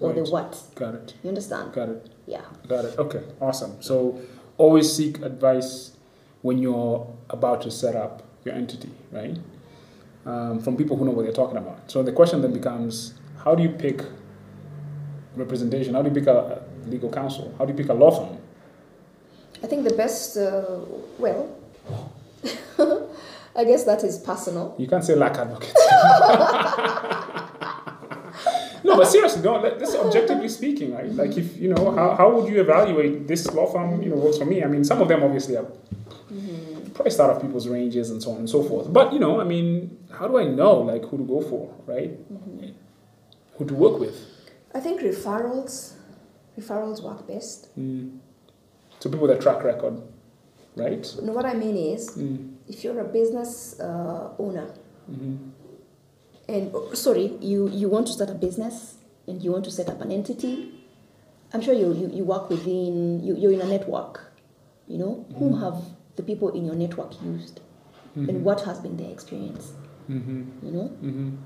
Speaker 3: or the
Speaker 1: Right.
Speaker 3: what
Speaker 1: Got it.
Speaker 3: you understand
Speaker 1: Got it.
Speaker 3: yeah
Speaker 1: Got it. Okay. Awesome. So always seek advice when you're about to set up your entity, right? Um, from people who know what they're talking about. So the question then becomes how do you pick representation? How do you pick a a legal counsel? How do you pick a law firm?
Speaker 3: i think the best uh, well i guess that is personal
Speaker 1: You can't say lack advocates. No, but seriously, no. let- This objectively speaking, right? Like, if you know, how, how would you evaluate this law firm? You know, works for me. I mean, some of them obviously are
Speaker 2: Mm-hmm.
Speaker 1: priced out of people's ranges and so on and so forth. But you know, I mean, how do I know like who to go for, right?
Speaker 2: Mm-hmm.
Speaker 1: Who to work with?
Speaker 4: I think referrals, referrals work best.
Speaker 1: Mm. To people with a track record, right?
Speaker 4: No, what I mean is,
Speaker 1: Mm.
Speaker 4: if you're a business uh, owner,
Speaker 1: Mhm.
Speaker 2: And oh, sorry, you, you want to start a business and you want to set up an entity. I'm sure you, you, you work within, you, you're in a network, you know,
Speaker 1: Mm-hmm.
Speaker 2: whom have the people in your network used and what has been their experience,
Speaker 1: Mhm.
Speaker 2: you know.
Speaker 1: Mhm.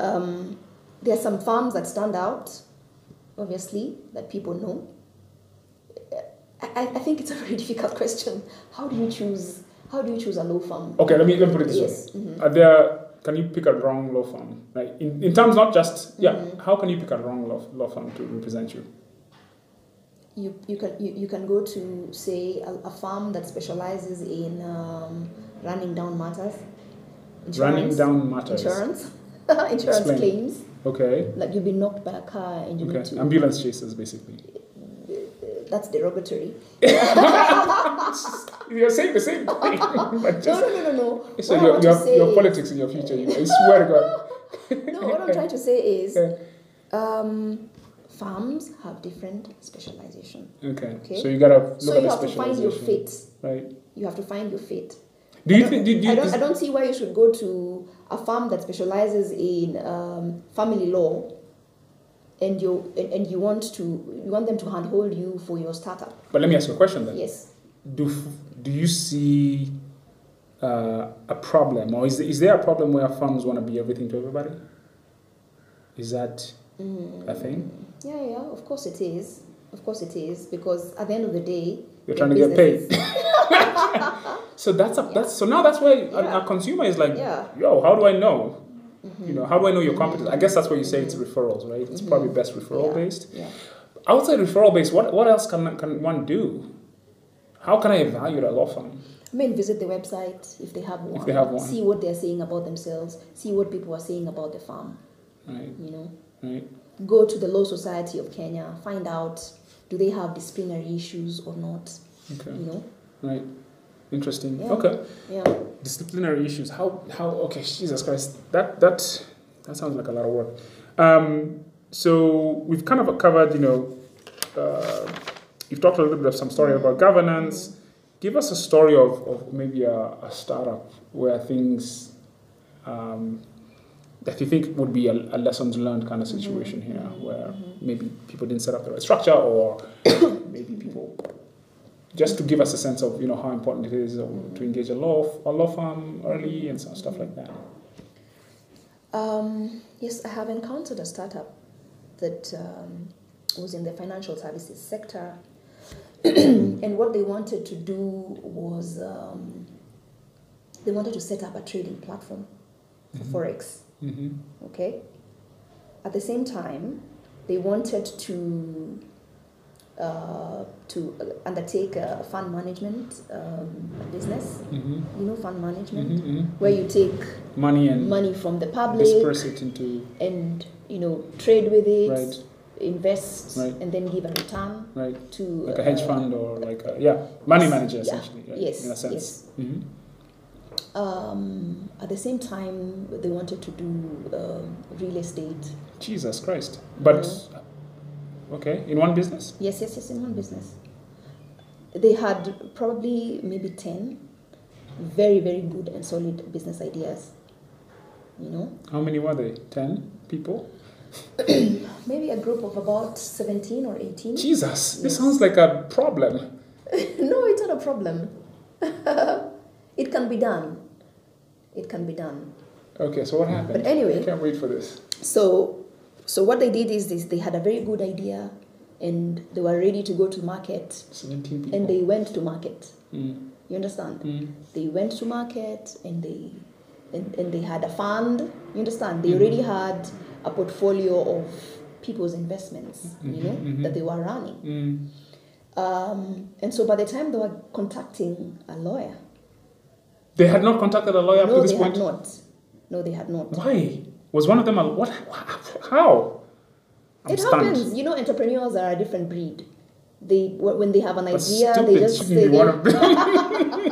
Speaker 2: Um, there are some farms that stand out, obviously, that people know. I, I I think it's a very difficult question. How do you choose? How do you choose a low farm?
Speaker 1: Okay, let me let me put it this way.
Speaker 2: Yes. mhm.
Speaker 1: Are there? Can you pick a wrong law firm? Like in, in terms not just yeah.
Speaker 2: Mhm.
Speaker 1: How can you pick a wrong law, law firm to represent you?
Speaker 2: you, you can you, you can go to say a, a farm that specializes in um, running down matters
Speaker 1: Running
Speaker 2: insurance,
Speaker 1: down matters.
Speaker 2: insurance insurance
Speaker 1: Explain.
Speaker 2: claims
Speaker 1: Okay.
Speaker 2: like you've been knocked by a car and you
Speaker 1: Okay.
Speaker 2: need to
Speaker 1: Ambulance chasers, basically.
Speaker 2: that's derogatory
Speaker 1: You're saying the same thing, but
Speaker 2: no
Speaker 1: just
Speaker 2: no no no no What
Speaker 1: so
Speaker 2: I
Speaker 1: your
Speaker 2: want to
Speaker 1: your,
Speaker 2: say
Speaker 1: your
Speaker 2: is-
Speaker 1: politics in your future. You, I swear to God.
Speaker 2: no what I'm trying to say is
Speaker 1: Yeah.
Speaker 2: um, farms have different specialization
Speaker 1: Okay.
Speaker 2: Okay.
Speaker 1: So you gotta look
Speaker 2: so
Speaker 1: at the
Speaker 2: you have to find your
Speaker 1: specialization,
Speaker 2: fit
Speaker 1: right?
Speaker 2: you have to find your fit
Speaker 1: Do you
Speaker 2: I
Speaker 1: think? Do, do
Speaker 2: I
Speaker 1: you,
Speaker 2: don't, I don't see why you should go to a farm that specializes in um, family law and you and, and you want to you want them to handhold you for your startup
Speaker 1: but let me ask you a question then.
Speaker 2: yes
Speaker 1: do f- do you see uh, a problem or is, is there a problem where firms want to be everything to everybody is that
Speaker 2: Mm.
Speaker 1: a thing
Speaker 2: yeah yeah of course it is of course it is because at the end of the day
Speaker 1: you're
Speaker 2: the
Speaker 1: trying to get
Speaker 2: business
Speaker 1: paid so that's a that's so now that's where a- a,
Speaker 2: Yeah.
Speaker 1: consumer is like
Speaker 2: is- yeah
Speaker 1: yo how do i know you
Speaker 2: Mhm.
Speaker 1: know how do i know your competence i guess that's where you say it's referrals right it's
Speaker 2: Mhm.
Speaker 1: probably best referral
Speaker 2: Yeah.
Speaker 1: based
Speaker 2: yeah
Speaker 1: outside referral based what, what else can, can one do how can i evaluate a law firm
Speaker 2: I mean, visit the website if they have one.
Speaker 1: they have one.
Speaker 2: See what they're saying about themselves. See what people are saying about the farm.
Speaker 1: right
Speaker 2: You know,
Speaker 1: right
Speaker 2: go to the Law Society of Kenya. Find out do they have disciplinary issues or not.
Speaker 1: okay
Speaker 2: You know,
Speaker 1: right interesting
Speaker 2: Yeah.
Speaker 1: okay
Speaker 2: yeah.
Speaker 1: disciplinary issues. How how okay, Jesus Christ. That that that sounds like a lot of work. Um, so we've kind of covered, you know, uh, you've talked a little bit of some story about governance.
Speaker 2: Mm-hmm.
Speaker 1: Give us a story of, of maybe a, a startup where things um, that you think would be a, a lessons learned kind of situation
Speaker 2: Mm-hmm.
Speaker 1: here, where maybe people didn't set up the right structure, or maybe people just to give us a sense of you know how important it is uh, to engage a law a law firm early and some stuff like that.
Speaker 2: Um, yes, I have encountered a startup that um, was in the financial services sector, and what they wanted to do was um, they wanted to set up a trading platform for forex.
Speaker 1: Mm-hmm.
Speaker 2: Okay. At the same time, they wanted to uh, to undertake a fund management um, business.
Speaker 1: Mm-hmm.
Speaker 2: You know, fund management,
Speaker 1: hmm
Speaker 2: where you take
Speaker 1: Money and
Speaker 2: money from the public
Speaker 1: disperse it into
Speaker 2: and you know trade with it,
Speaker 1: right,
Speaker 2: invest,
Speaker 1: Right.
Speaker 2: and then give a return
Speaker 1: right,
Speaker 2: to
Speaker 1: like a hedge
Speaker 2: uh,
Speaker 1: fund or like a, yeah, money manager
Speaker 2: yeah,
Speaker 1: essentially. Right,
Speaker 2: yes,
Speaker 1: in a sense.
Speaker 2: yes.
Speaker 1: Mm-hmm.
Speaker 2: Um, at the same time, they wanted to do um real estate.
Speaker 1: Jesus Christ! But okay, in one business.
Speaker 2: Yes, yes, yes, in one business. They had probably maybe 10 very, very good and solid business ideas. You know,
Speaker 1: How many were they? Ten people.
Speaker 2: Mm-hmm. maybe a group of about 17 or 18.
Speaker 1: Jesus, this
Speaker 2: Yes.
Speaker 1: sounds like a problem.
Speaker 2: no, it's not a problem. it can be done. It can be done.
Speaker 1: Okay, so what happened?
Speaker 2: But anyway,
Speaker 1: I can't wait for this.
Speaker 2: So, so what they did is this they had a very good idea and they were ready to go to market
Speaker 1: Seventeen people.
Speaker 2: and they went to market.
Speaker 1: Mm,
Speaker 2: You understand?
Speaker 1: mm,
Speaker 2: they went to market and they and, and they had a fund you understand they
Speaker 1: Mhm.
Speaker 2: already had a portfolio of people's investments you know
Speaker 1: Mhm, mhm.
Speaker 2: that they were running
Speaker 1: mm.
Speaker 2: um, and so by the time they were contacting a lawyer
Speaker 1: They had not contacted a lawyer up
Speaker 2: no
Speaker 1: to this
Speaker 2: they
Speaker 1: point.
Speaker 2: had not no they had not
Speaker 1: Why was one of them? A, what? How? I'm
Speaker 2: it
Speaker 1: stunned.
Speaker 2: happens. You know, entrepreneurs are a different breed. They wh- when they have an
Speaker 1: But
Speaker 2: idea,
Speaker 1: stupid
Speaker 2: they just
Speaker 1: shouldn't
Speaker 2: say.
Speaker 1: be one
Speaker 2: They,
Speaker 1: of them.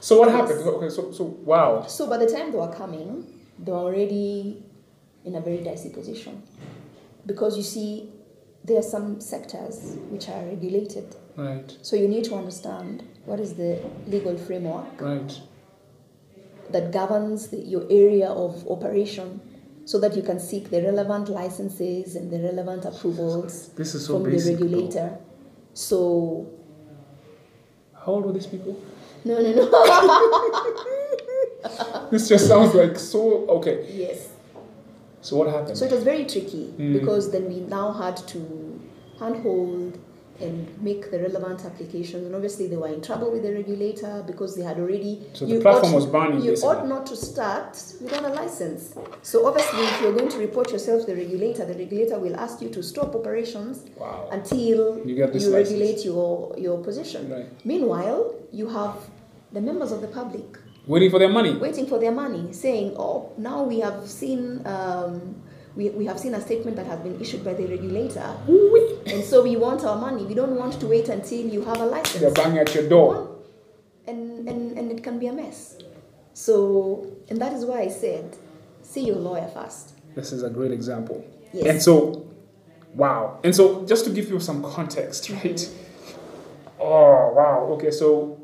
Speaker 1: so what
Speaker 2: Yes.
Speaker 1: happened? Okay, so, so wow.
Speaker 2: so by the time they were coming, they were already in a very dicey position, because you see, there are some sectors which are regulated.
Speaker 1: Right,
Speaker 2: So you need to understand what is the legal framework
Speaker 1: right.
Speaker 2: that governs the, your area of operation, so that you can seek the relevant licenses and the relevant approvals
Speaker 1: This is so
Speaker 2: from the
Speaker 1: basic. though.
Speaker 2: regulator. So
Speaker 1: How old were these people?
Speaker 2: no, no, no.
Speaker 1: This just sounds like so. Okay,
Speaker 2: yes.
Speaker 1: so what happened?
Speaker 2: So it was very tricky
Speaker 1: Mm.
Speaker 2: because then we now had to handhold and make the relevant applications. And obviously, they were in trouble with the regulator because they had already.
Speaker 1: So the platform
Speaker 2: ought-
Speaker 1: was burning,
Speaker 2: You
Speaker 1: basically.
Speaker 2: ought not to start without a license. So obviously, if you're going to report yourself to the regulator, the regulator will ask you to stop operations
Speaker 1: wow.
Speaker 2: until
Speaker 1: You get this license.
Speaker 2: regulate your your position.
Speaker 1: Right.
Speaker 2: Meanwhile, you have the members of the public
Speaker 1: Waiting for their money.
Speaker 2: waiting for their money, saying, "Oh, now we have seen um, we, we have seen a statement that has been issued by the regulator, and so we want our money. We don't want to wait until you have a
Speaker 1: They're
Speaker 2: license."
Speaker 1: banging at your door.
Speaker 2: And, and and it can be a mess. So and that is why I said, see your lawyer first.
Speaker 1: This is a great example.
Speaker 2: Yes.
Speaker 1: And so, wow. And so, just to give you some context, right? Oh, wow. Okay, so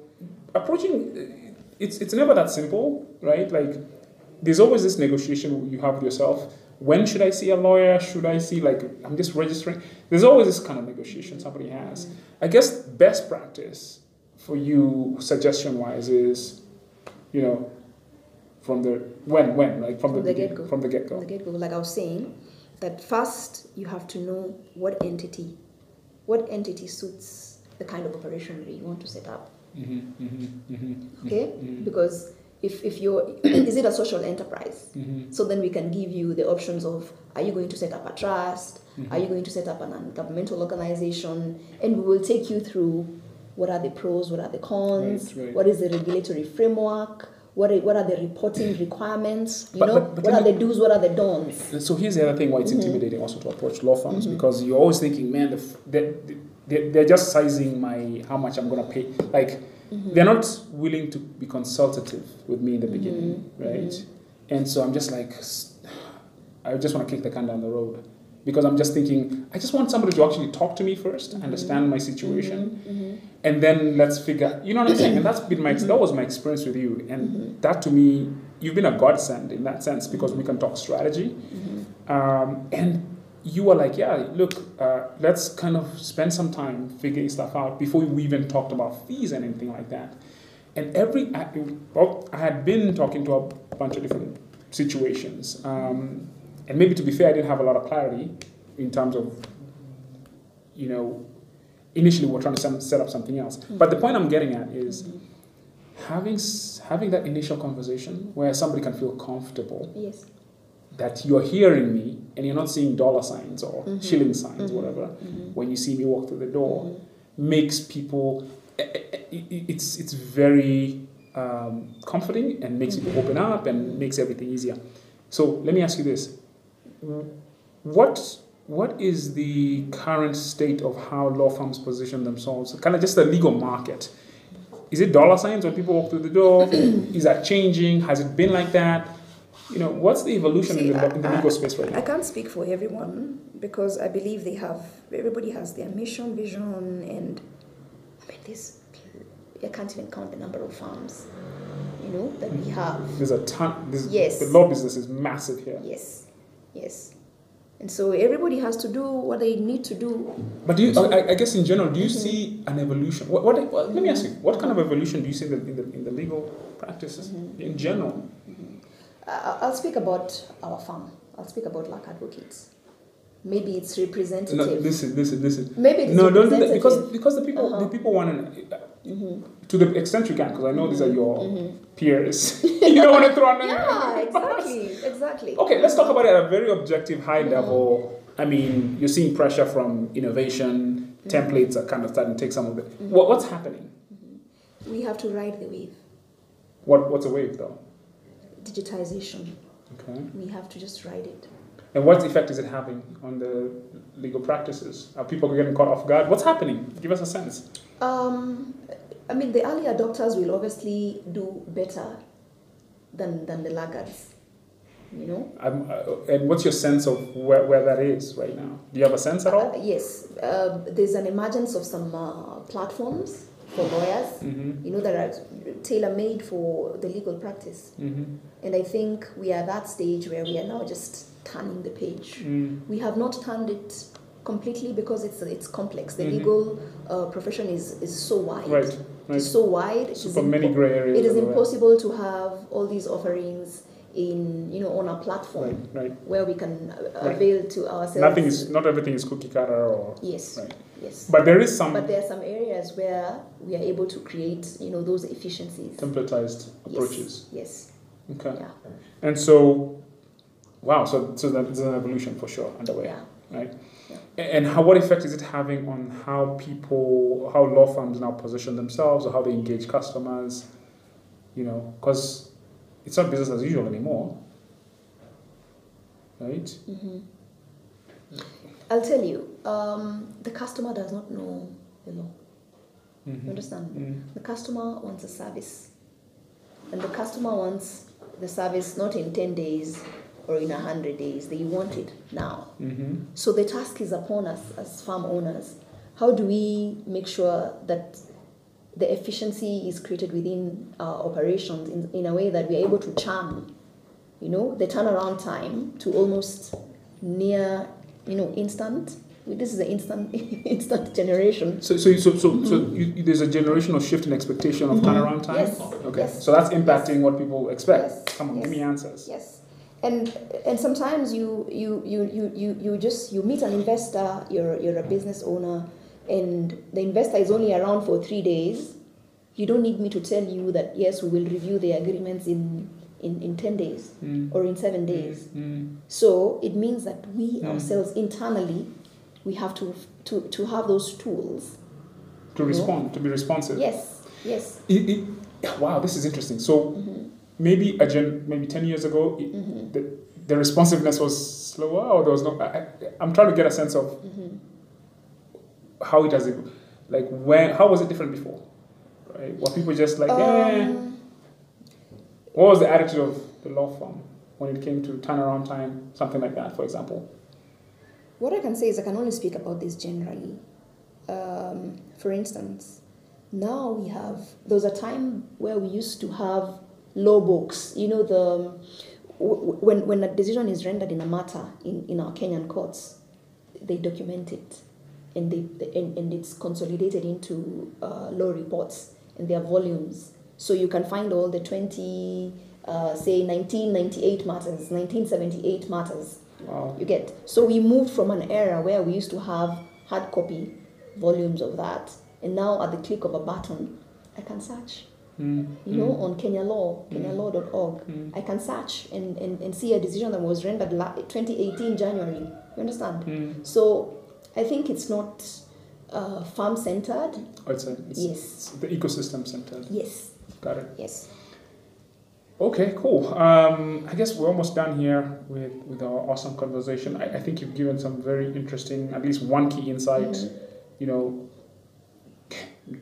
Speaker 1: approaching, it's, it's never that simple, right? Like, there's always this negotiation you have with yourself. When should I see a lawyer? Should I see, like, I'm just registering? There's always this kind of negotiation somebody has. I guess best practice for you, suggestion wise, is, you know, from the when, when, like from, the,
Speaker 2: From the
Speaker 1: begin-
Speaker 2: get-go.
Speaker 1: From the get go.
Speaker 2: From the get go, like I was saying, that first you have to know what entity, what entity suits the kind of operation that you want to set up.
Speaker 1: Mm-hmm, mm-hmm, mm-hmm,
Speaker 2: okay because if, if you're is it a social enterprise
Speaker 1: mm-hmm.
Speaker 2: so then we can give you the options of are you going to set up a trust are you going to set up an governmental organization and we will take you through what are the pros what are the cons
Speaker 1: Right, right.
Speaker 2: what is the regulatory framework what are, what are the reporting requirements you
Speaker 1: But-
Speaker 2: know
Speaker 1: but- but
Speaker 2: what
Speaker 1: let
Speaker 2: are
Speaker 1: me-
Speaker 2: the do's what are the don'ts
Speaker 1: mm-hmm. So here's the other thing why
Speaker 2: Mm-hmm.
Speaker 1: it's intimidating also to approach law firms because you're always thinking, man, the f- they're, they're, they're just sizing my how much I'm gonna pay. Like
Speaker 2: Mm-hmm.
Speaker 1: Mm-hmm. they're not willing to be consultative with me in
Speaker 2: Mm-hmm,
Speaker 1: the beginning, right? And so I'm just like, s- I just want to kick the can down the road because I'm just thinking, I just want somebody to actually talk to me 1st
Speaker 2: Mm-hmm.
Speaker 1: understand my situation, and then let's figure. You know what I'm saying? And that's been my that was my experience with you, and
Speaker 2: Mm-hmm.
Speaker 1: that to me, you've been a godsend in that sense because we can talk strategy,
Speaker 2: Mm-hmm.
Speaker 1: um, and you were like, yeah, look, uh, let's kind of spend some time figuring stuff out before we even talked about fees and anything like that. And every I, well, I had been talking to a bunch of different situations, um, and maybe to be fair, I didn't have a lot of clarity in terms of, you know, initially we we're trying to some, set up something else. But the point I'm getting at is having s- having that initial conversation where somebody can feel comfortable
Speaker 2: yes
Speaker 1: that you're hearing me and you're not seeing dollar signs or
Speaker 2: Mm-hmm.
Speaker 1: shilling signs, whatever, when you see me walk through the door, makes people. i- i- i- It's it's very um, comforting and makes people open up and makes everything easier. So let me ask you this: what what is the current state of how law firms position themselves? Kind of just the legal market. Is it dollar signs when people walk through the door? is that changing? Has it been like that? You know, what's the evolution in,
Speaker 5: See,
Speaker 1: the,
Speaker 5: I-
Speaker 1: in the
Speaker 5: I-
Speaker 1: legal space right now?
Speaker 5: I can't speak for everyone because I believe they have everybody has their mission, vision, and
Speaker 2: i mean this i can't even count the number of farms you know that we have
Speaker 1: There's a ton. There's,
Speaker 2: Yes.
Speaker 1: The law business is massive here.
Speaker 2: yes yes and so everybody has to do what they need to do
Speaker 1: But do you, I, I- I guess in general, do you
Speaker 2: Mm-hmm.
Speaker 1: see an evolution? What, what, what- let me ask you, what kind of evolution do you see in the, in the, in the legal practices in general?
Speaker 2: I- Uh, I'll speak about our farm. I'll speak about Lack Advocates. Maybe it's representative.
Speaker 1: No, listen, listen, listen.
Speaker 2: Maybe it's
Speaker 1: No, don't do that
Speaker 2: representative. Mm-hmm.
Speaker 1: because because the people
Speaker 2: Uh-huh.
Speaker 1: the people want to to the extent you can because I know these are your peers. you don't want to throw under
Speaker 2: Mm-hmm. yeah, exactly, Mm-hmm. exactly.
Speaker 1: Okay, let's talk about it at a very objective, high level. I mean, you're seeing pressure from innovation.
Speaker 2: Mm-hmm.
Speaker 1: Templates are kind of starting to take some of it. What, what's happening?
Speaker 2: Mm-hmm. We have to ride the wave.
Speaker 1: What, what's a wave though?
Speaker 2: Digitization.
Speaker 1: Okay.
Speaker 2: We have to just ride it.
Speaker 1: And what effect is it having on the legal practices? Are people getting caught off guard? What's happening? Give us a sense.
Speaker 2: Um, I mean, the early adopters will obviously do better than, than the laggards, you know?
Speaker 1: Um, uh, and what's your sense of where, where that is right now? Do you have a sense at all?
Speaker 2: Uh, yes, uh, there's an emergence of some uh, platforms for lawyers,
Speaker 1: Mm-hmm.
Speaker 2: you know, that are tailor made for the legal practice.
Speaker 1: Mm-hmm.
Speaker 2: And I think we are at that stage where we are now just turning the page.
Speaker 1: Mm.
Speaker 2: We have not turned it completely because it's, it's complex. The
Speaker 1: Mhm.
Speaker 2: legal uh, profession is, is so wide.
Speaker 1: Right.
Speaker 2: It's
Speaker 1: Right.
Speaker 2: so wide. It is
Speaker 1: Super many
Speaker 2: impo-
Speaker 1: gray areas.
Speaker 2: It is
Speaker 1: everywhere.
Speaker 2: impossible to have all these offerings in you know on a platform
Speaker 1: Right. Right.
Speaker 2: where we can uh,
Speaker 1: Right.
Speaker 2: avail to ourselves.
Speaker 1: Nothing is. Not everything is cookie cutter or.
Speaker 2: Yes.
Speaker 1: Right.
Speaker 2: Yes.
Speaker 1: But there is some
Speaker 2: But there are some areas where we are able to create you know those efficiencies.
Speaker 1: templatized
Speaker 2: Yes.
Speaker 1: approaches.
Speaker 2: Yes.
Speaker 1: Okay.
Speaker 2: Yeah.
Speaker 1: And so, wow. So so that is an evolution for sure underway.
Speaker 2: Yeah.
Speaker 1: right?
Speaker 2: Yeah.
Speaker 1: A- And how, what effect is it having on how people, how law firms now position themselves or how they engage customers? You know, because it's not business as usual anymore, right?
Speaker 2: hmm I'll tell you. Um, the customer does not know the law. You
Speaker 1: Mm-hmm.
Speaker 2: understand? The customer wants a service. And the customer wants the service not in 10 days or in 100 days. They want it now.
Speaker 1: Mm-hmm.
Speaker 2: So the task is upon us as farm owners. How do we make sure that the efficiency is created within our operations in, in a way that we're able to charm, you know, the turnaround time to almost near, you know, instant. This is the instant instant generation.
Speaker 1: So, so, so, so, so you, you- there's a generational shift in expectation of
Speaker 2: Mhm.
Speaker 1: turnaround time.
Speaker 2: Mm-hmm. Yes.
Speaker 1: Okay,
Speaker 2: Yes.
Speaker 1: so that's impacting what people expect.
Speaker 2: Yes.
Speaker 1: Come on, give
Speaker 2: Yes.
Speaker 1: me answers.
Speaker 2: Yes. And and sometimes you you you you you, you just you meet an investor, you're you're a business owner, and the investor is only around for three days. You don't need me to tell you that yes, we will review the agreements in in, in ten days
Speaker 1: Mm.
Speaker 2: or in seven days.
Speaker 1: Mm.
Speaker 2: So it means that we
Speaker 1: Mm.
Speaker 2: ourselves internally we have to to, to have those tools.
Speaker 1: To respond, to be responsive.
Speaker 2: Yes. Yes.
Speaker 1: It, it, wow, this is interesting. So, maybe a gen, maybe 10 years ago, it,
Speaker 2: Mm-hmm.
Speaker 1: the, the responsiveness was slower or there was no I, I- i'm trying to get a sense of
Speaker 2: Mm-hmm.
Speaker 1: how it has ev- like when how was it different before right were people just
Speaker 2: Um,
Speaker 1: like eh. what was the attitude of the law firm when it came to turnaround time something like that for example
Speaker 2: What I can say is I can only speak about this generally. Um, for instance, now we have there was a time where we used to have law books. You know the um, w- when when a decision is rendered in a matter in, in our Kenyan courts, they document it, and they and, and it's consolidated into uh, law reports and their volumes. So you can find all the twenty, uh, say nineteen ninety eight matters, nineteen seventy eight matters.
Speaker 1: wow
Speaker 2: You get so we moved from an era where we used to have hard copy volumes of that, and now at the click of a button, I can search.
Speaker 1: Mm,
Speaker 2: You
Speaker 1: mm,
Speaker 2: know, on Kenya Law,
Speaker 1: Mm.
Speaker 2: kenyalaw.org,
Speaker 1: mm,
Speaker 2: I can search and, and, and see a decision that was rendered la- 2018 January. You understand?
Speaker 1: mm.
Speaker 2: So I think it's not uh, farm centered.
Speaker 1: Oh, it's a, it's,
Speaker 2: Yes.
Speaker 1: it's the ecosystem centered
Speaker 2: Yes.
Speaker 1: got it
Speaker 2: Yes.
Speaker 1: okay cool um, i guess we're almost done here with, with our awesome conversation I, I think you've given some very interesting at least one key insight
Speaker 2: Mhm.
Speaker 1: you know,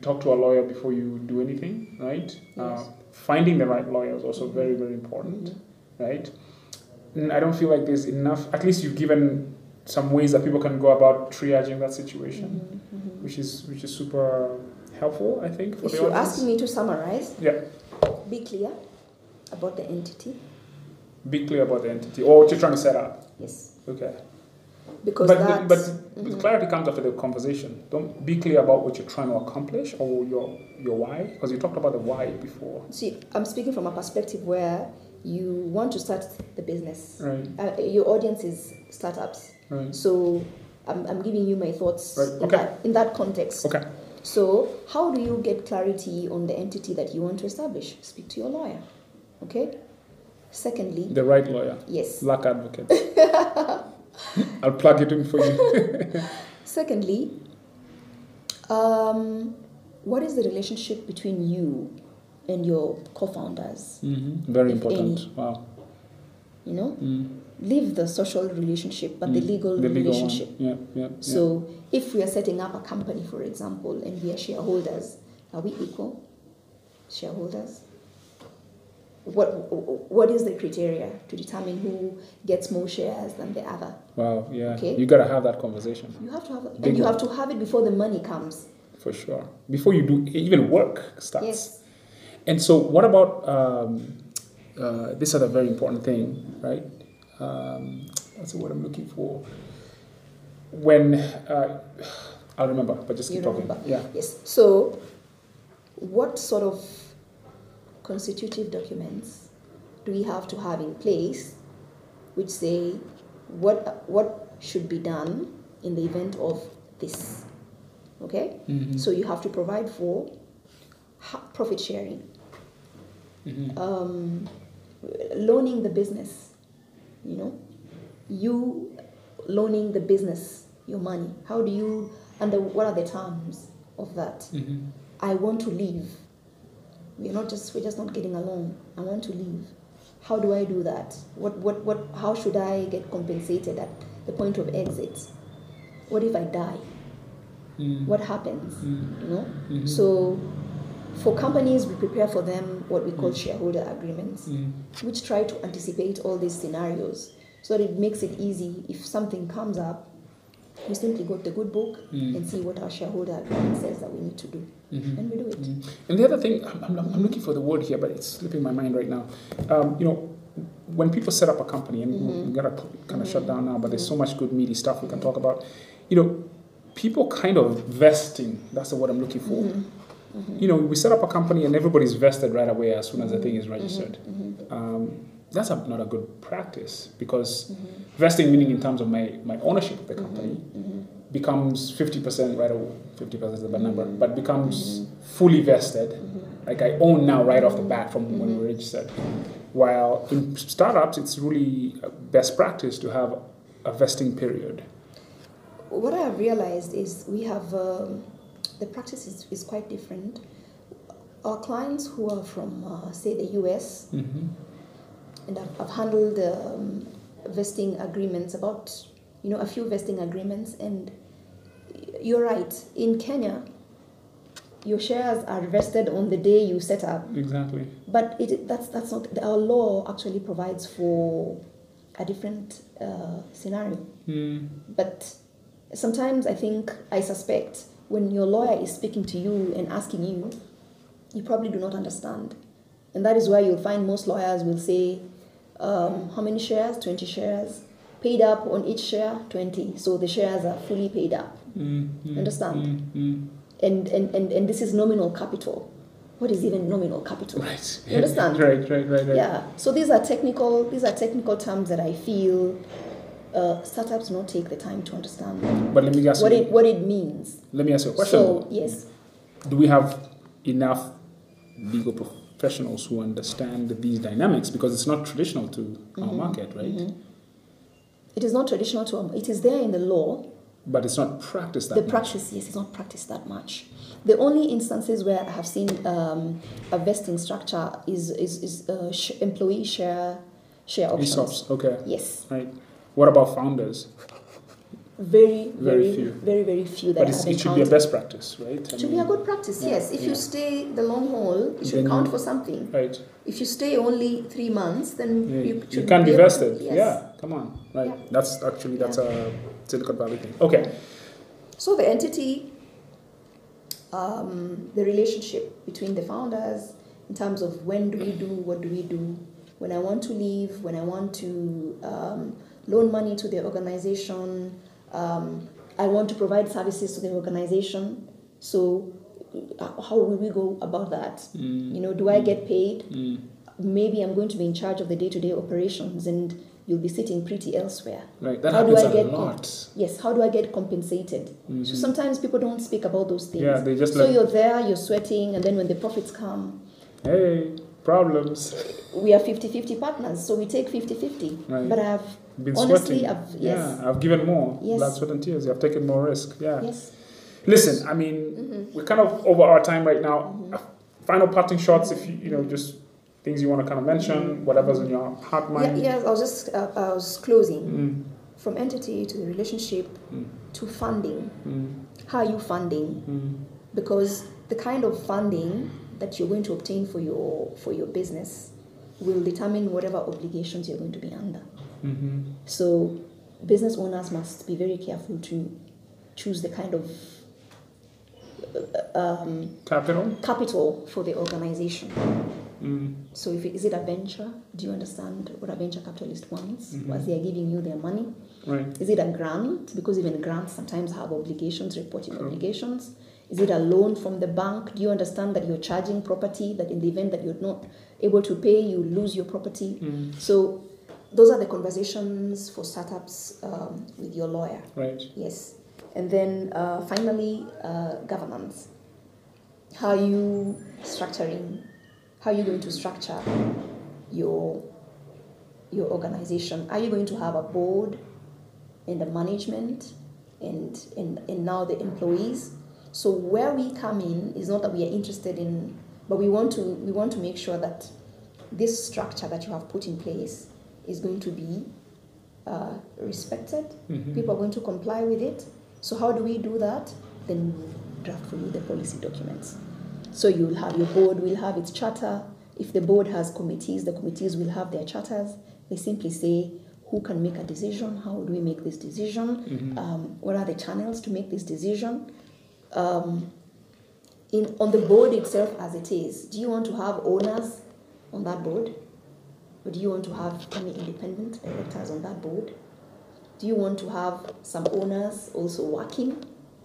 Speaker 1: talk to a lawyer before you do anything, right?
Speaker 2: Yes.
Speaker 1: Uh, finding the right lawyer is also very, very important,
Speaker 2: Mhm.
Speaker 1: right? And I don't feel like there's enough, at least you've given some ways that people can go about triaging that situation,
Speaker 2: Mhm. Mhm.
Speaker 1: which is which is super helpful, I think, for
Speaker 2: If
Speaker 1: the
Speaker 2: you
Speaker 1: audience.
Speaker 2: ask me to summarize,
Speaker 1: yeah,
Speaker 2: be clear about the entity.
Speaker 1: be clear about the entity or what you're trying to set up.
Speaker 2: Yes.
Speaker 1: Okay.
Speaker 2: Because
Speaker 1: but
Speaker 2: that's.
Speaker 1: but, but
Speaker 2: Mhm.
Speaker 1: clarity comes after the conversation. Don't be clear about what you're trying to accomplish or your your why, because you talked about the why before.
Speaker 2: See, I'm speaking from a perspective where you want to start the business.
Speaker 1: Right.
Speaker 2: Uh, your audience is startups.
Speaker 1: Right.
Speaker 2: So I'm, I'm giving you my thoughts
Speaker 1: Right,
Speaker 2: in,
Speaker 1: okay.
Speaker 2: that, in that context.
Speaker 1: Okay.
Speaker 2: So, how do you get clarity on the entity that you want to establish? Speak to your lawyer. Okay? Secondly,
Speaker 1: The right lawyer.
Speaker 2: yes.
Speaker 1: Black advocate. I'll plug it in for you.
Speaker 2: Secondly, um, what is the relationship between you and your co founders?
Speaker 1: Mm-hmm. Very
Speaker 2: If
Speaker 1: important.
Speaker 2: any.
Speaker 1: Wow.
Speaker 2: You know?
Speaker 1: Mm.
Speaker 2: leave the social relationship, but the
Speaker 1: Mm.
Speaker 2: legal
Speaker 1: the legal one.
Speaker 2: relationship.
Speaker 1: Yeah, yeah. yeah.
Speaker 2: So if we are setting up a company, for example, and we are shareholders, are we equal shareholders? What what is the criteria to determine who gets more shares than the other?
Speaker 1: wow, yeah.
Speaker 2: Okay.
Speaker 1: You gotta have that conversation.
Speaker 2: You have to have
Speaker 1: Big
Speaker 2: and you
Speaker 1: one.
Speaker 2: have to have it before the money comes.
Speaker 1: for sure before you do even work starts
Speaker 2: Yes.
Speaker 1: and so what about um, uh, this other very important thing right um, that's what i'm looking for when uh, i'll remember but just
Speaker 2: You
Speaker 1: keep talking
Speaker 2: remember.
Speaker 1: yeah
Speaker 2: Yes. So what sort of constitutive documents do we have to have in place which say what what should be done in the event of this? Okay?
Speaker 1: Mhm.
Speaker 2: So you have to provide for ha- profit sharing,
Speaker 1: Mhm.
Speaker 2: um, loaning the business, you know, you loaning the business your money. How do you, under what are the terms of that?
Speaker 1: Mhm.
Speaker 2: I want to leave. We're not just we're just not getting along. I want to leave. How do I do that? What what what? How should I get compensated at the point of exit? What if I die?
Speaker 1: Mm.
Speaker 2: What happens?
Speaker 1: Mm.
Speaker 2: you know
Speaker 1: Mhm.
Speaker 2: so for companies we prepare for them what we call shareholder agreements
Speaker 1: Mm.
Speaker 2: which try to anticipate all these scenarios so that it makes it easy if something comes up we simply go to the good book
Speaker 1: Mm.
Speaker 2: and see what our shareholder agreement says that we need to do
Speaker 1: Mhm.
Speaker 2: and we do it
Speaker 1: Mm. And the other thing, I'm, I'm, I'm looking for the word here, but it's slipping my mind right now. Um, you know, when people set up a company, and we- we gotta kind of shut down now, but there's so much good meaty stuff we can talk about. You know, people kind of vesting. That's the word I'm looking for.
Speaker 2: Mm-hmm.
Speaker 1: You know, we set up a company and everybody's vested right away as soon as the thing
Speaker 2: Mm-hmm.
Speaker 1: is registered. Um, that's a, not a good practice because
Speaker 2: Mm-hmm.
Speaker 1: vesting, meaning in terms of my, my ownership of the company,
Speaker 2: Mm-hmm.
Speaker 1: becomes 50% right away, 50% is the bad number, but becomes fully vested.
Speaker 2: Mm-hmm.
Speaker 1: Like I own now right off the bat from when we registered. While in startups, it's really best practice to have a vesting period.
Speaker 2: what I have realized is we have um, the practice is, is quite different our clients who are from uh, say the US
Speaker 1: Mm-hmm.
Speaker 2: and I've, I've handled um, vesting agreements about you know a few vesting agreements and y- you're right in kenya your shares are vested on the day you set up
Speaker 1: Exactly.
Speaker 2: but it that's that's not our law actually provides for a different uh, scenario
Speaker 1: Mm.
Speaker 2: but sometimes I think, I suspect, when your lawyer is speaking to you and asking you, you probably do not understand. And that is why you'll find most lawyers will say, um, how many shares? 20 shares. Paid up on each share? 20. So the shares are fully paid up.
Speaker 1: Mm, mm,
Speaker 2: Understand.
Speaker 1: mm, mm.
Speaker 2: And, and, and, and this is nominal capital. What is even nominal capital?
Speaker 1: Right.
Speaker 2: You understand?
Speaker 1: right, right, right, right.
Speaker 2: Yeah. So these are technical. These are technical terms that I feel uh, startups do not take the time to understand
Speaker 1: But let me ask
Speaker 2: what
Speaker 1: you,
Speaker 2: it what it means.
Speaker 1: let me ask you a question.
Speaker 2: So
Speaker 1: though.
Speaker 2: yes,
Speaker 1: Do we have enough legal professionals who understand these dynamics? Because it's not traditional to
Speaker 2: Mm-hmm.
Speaker 1: our market, right?
Speaker 2: it is not traditional to. It is there in the law.
Speaker 1: But it's not practiced that
Speaker 2: the
Speaker 1: much.
Speaker 2: practice yes, is not practiced that much. The only instances where I have seen um, a vesting structure is is, is uh, sh- employee share share options.
Speaker 1: ESOPs, okay.
Speaker 2: Yes,
Speaker 1: Right. What about founders?
Speaker 2: very very
Speaker 1: Very few.
Speaker 2: very very few that
Speaker 1: but
Speaker 2: I
Speaker 1: it's,
Speaker 2: have
Speaker 1: it should be a
Speaker 2: encountered.
Speaker 1: best practice, right? I
Speaker 2: It should be a
Speaker 1: mean,
Speaker 2: good practice.
Speaker 1: Yeah,
Speaker 2: Yes, if
Speaker 1: yeah.
Speaker 2: you stay the long haul, it should
Speaker 1: Then-
Speaker 2: count for something.
Speaker 1: Right.
Speaker 2: If you stay only three months, then
Speaker 1: Yeah.
Speaker 2: you
Speaker 1: You,
Speaker 2: should
Speaker 1: can be
Speaker 2: able to-
Speaker 1: vested.
Speaker 2: Yes.
Speaker 1: Yeah. Come on. Right.
Speaker 2: Yeah.
Speaker 1: That's actually that's a Silicon Valley thing. Okay.
Speaker 2: So the entity, um, the relationship between the founders in terms of when do we do, what do we do, when I want to leave, when I want to um, loan money to the organization, um, I want to provide services to the organization. So uh, how will we go about that?
Speaker 1: Mm,
Speaker 2: You know, do I get paid?
Speaker 1: mm,
Speaker 2: Maybe I'm going to be in charge of the day-to-day operations, and you'll be sitting pretty elsewhere.
Speaker 1: right. That
Speaker 2: How do
Speaker 1: happens
Speaker 2: I
Speaker 1: a
Speaker 2: get
Speaker 1: lot. Mm-hmm.
Speaker 2: Yes, how do I get compensated? So sometimes people don't speak about those things.
Speaker 1: Yeah, they just
Speaker 2: so
Speaker 1: like-
Speaker 2: you're there, you're sweating, and then when the profits come,
Speaker 1: Hey, problems.
Speaker 2: we are 50-50 partners, so we take 50-50.
Speaker 1: Right.
Speaker 2: But I've
Speaker 1: Been
Speaker 2: honestly,
Speaker 1: sweating.
Speaker 2: I've yes,
Speaker 1: Yeah. I've given more.
Speaker 2: Yes.
Speaker 1: Blood, sweat, and tears. I've taken more risk. Yeah.
Speaker 2: yes, Mm-hmm.
Speaker 1: Listen, I Mm-hmm. mean, we're kind of over our time right now. Uh, Final parting shots, if you you know, just things you want to kind of mention, whatever's on your heart,
Speaker 2: Yeah,
Speaker 1: mind.
Speaker 2: yes, I was just uh, I was closing
Speaker 1: Mm,
Speaker 2: from entity to the relationship
Speaker 1: Mm.
Speaker 2: to funding.
Speaker 1: mm,
Speaker 2: How are you funding?
Speaker 1: mm,
Speaker 2: Because the kind of funding that you're going to obtain for your for your business will determine whatever obligations you're going to be under.
Speaker 1: mhm,
Speaker 2: So business owners must be very careful to choose the kind of uh, um,
Speaker 1: Capital.
Speaker 2: capital for the organization.
Speaker 1: Mm,
Speaker 2: So if it, is it a venture? Do you understand what a venture capitalist wants
Speaker 1: Mhm.
Speaker 2: as they are giving you their money?
Speaker 1: right.
Speaker 2: Is it a grant? Because even grants sometimes have obligations, reporting
Speaker 1: True.
Speaker 2: obligations. Is it a loan from the bank? Do you understand that you're charging property, that in the event that you're not able to pay, you lose your property?
Speaker 1: Mm,
Speaker 2: So, those are the conversations for startups um, with your lawyer.
Speaker 1: right.
Speaker 2: Yes. And then uh, finally, uh, governance. How are you structuring? How are you going to structure your your organization? Are you going to have a board and a management and and, and now the employees? So where we come in is not that we are interested in, but we want to we want to make sure that this structure that you have put in place is going to be uh, respected
Speaker 1: Mhm.
Speaker 2: people are going to comply with it. So how do we do that? Then we draft for you the policy documents. So you'll have your board will have its charter. If the board has committees, the committees will have their charters. They simply say who can make a decision, how do we make this decision, um, what are the channels to make this decision. Um, in, on the board itself as it is, do you want to have owners on that board? Or do you want to have any independent directors on that board? Do you want to have some owners also working?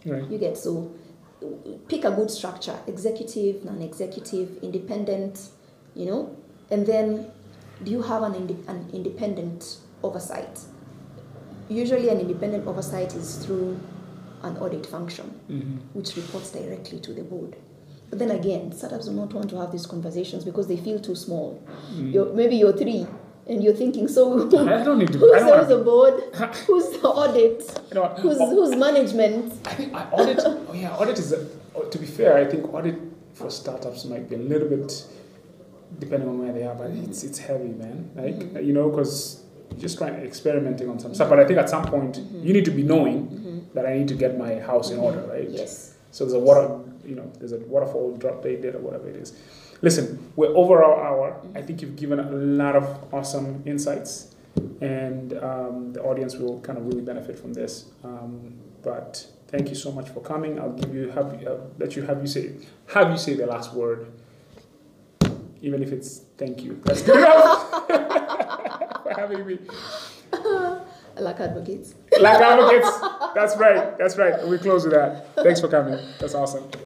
Speaker 1: Right.
Speaker 2: You get so pick a good structure executive, non executive, independent, you know, and then do you have an, inde- an independent oversight? Usually, an independent oversight is through an audit function
Speaker 1: Mhm.
Speaker 2: which reports directly to the board. But then again, startups do not want to have these conversations because they feel too small.
Speaker 1: Mm.
Speaker 2: You're, maybe you're three and you're thinking, so
Speaker 1: I don't need to. I
Speaker 2: who's
Speaker 1: don't wanna-
Speaker 2: who's the board? Who's the audit?
Speaker 1: You know what? Oh,
Speaker 2: Who's who's management?
Speaker 1: I think I- audit. oh yeah, audit is. A, oh, to be fair, I think audit for startups might be a little bit, depending on where they are, but
Speaker 2: Mm.
Speaker 1: it's it's heavy, man. Like you know, because just trying experimenting on some stuff. But I think at some point
Speaker 2: Mm.
Speaker 1: you need to be knowing that I need to get my house
Speaker 2: Mm-hmm.
Speaker 1: in order, right?
Speaker 2: Yes.
Speaker 1: So there's a water, you know, there's a waterfall drop they did or whatever it is. Listen, we're over our hour. I think you've given a lot of awesome insights, and um, the audience will kind of really benefit from this. Um, but thank you so much for coming. I'll give you have you- uh, let you have you say have you say the last word, even if it's thank you. That's good enough for having me.
Speaker 2: Like advocates.
Speaker 1: Like advocates. That's right. That's right. We close with that. Thanks for coming. That's awesome.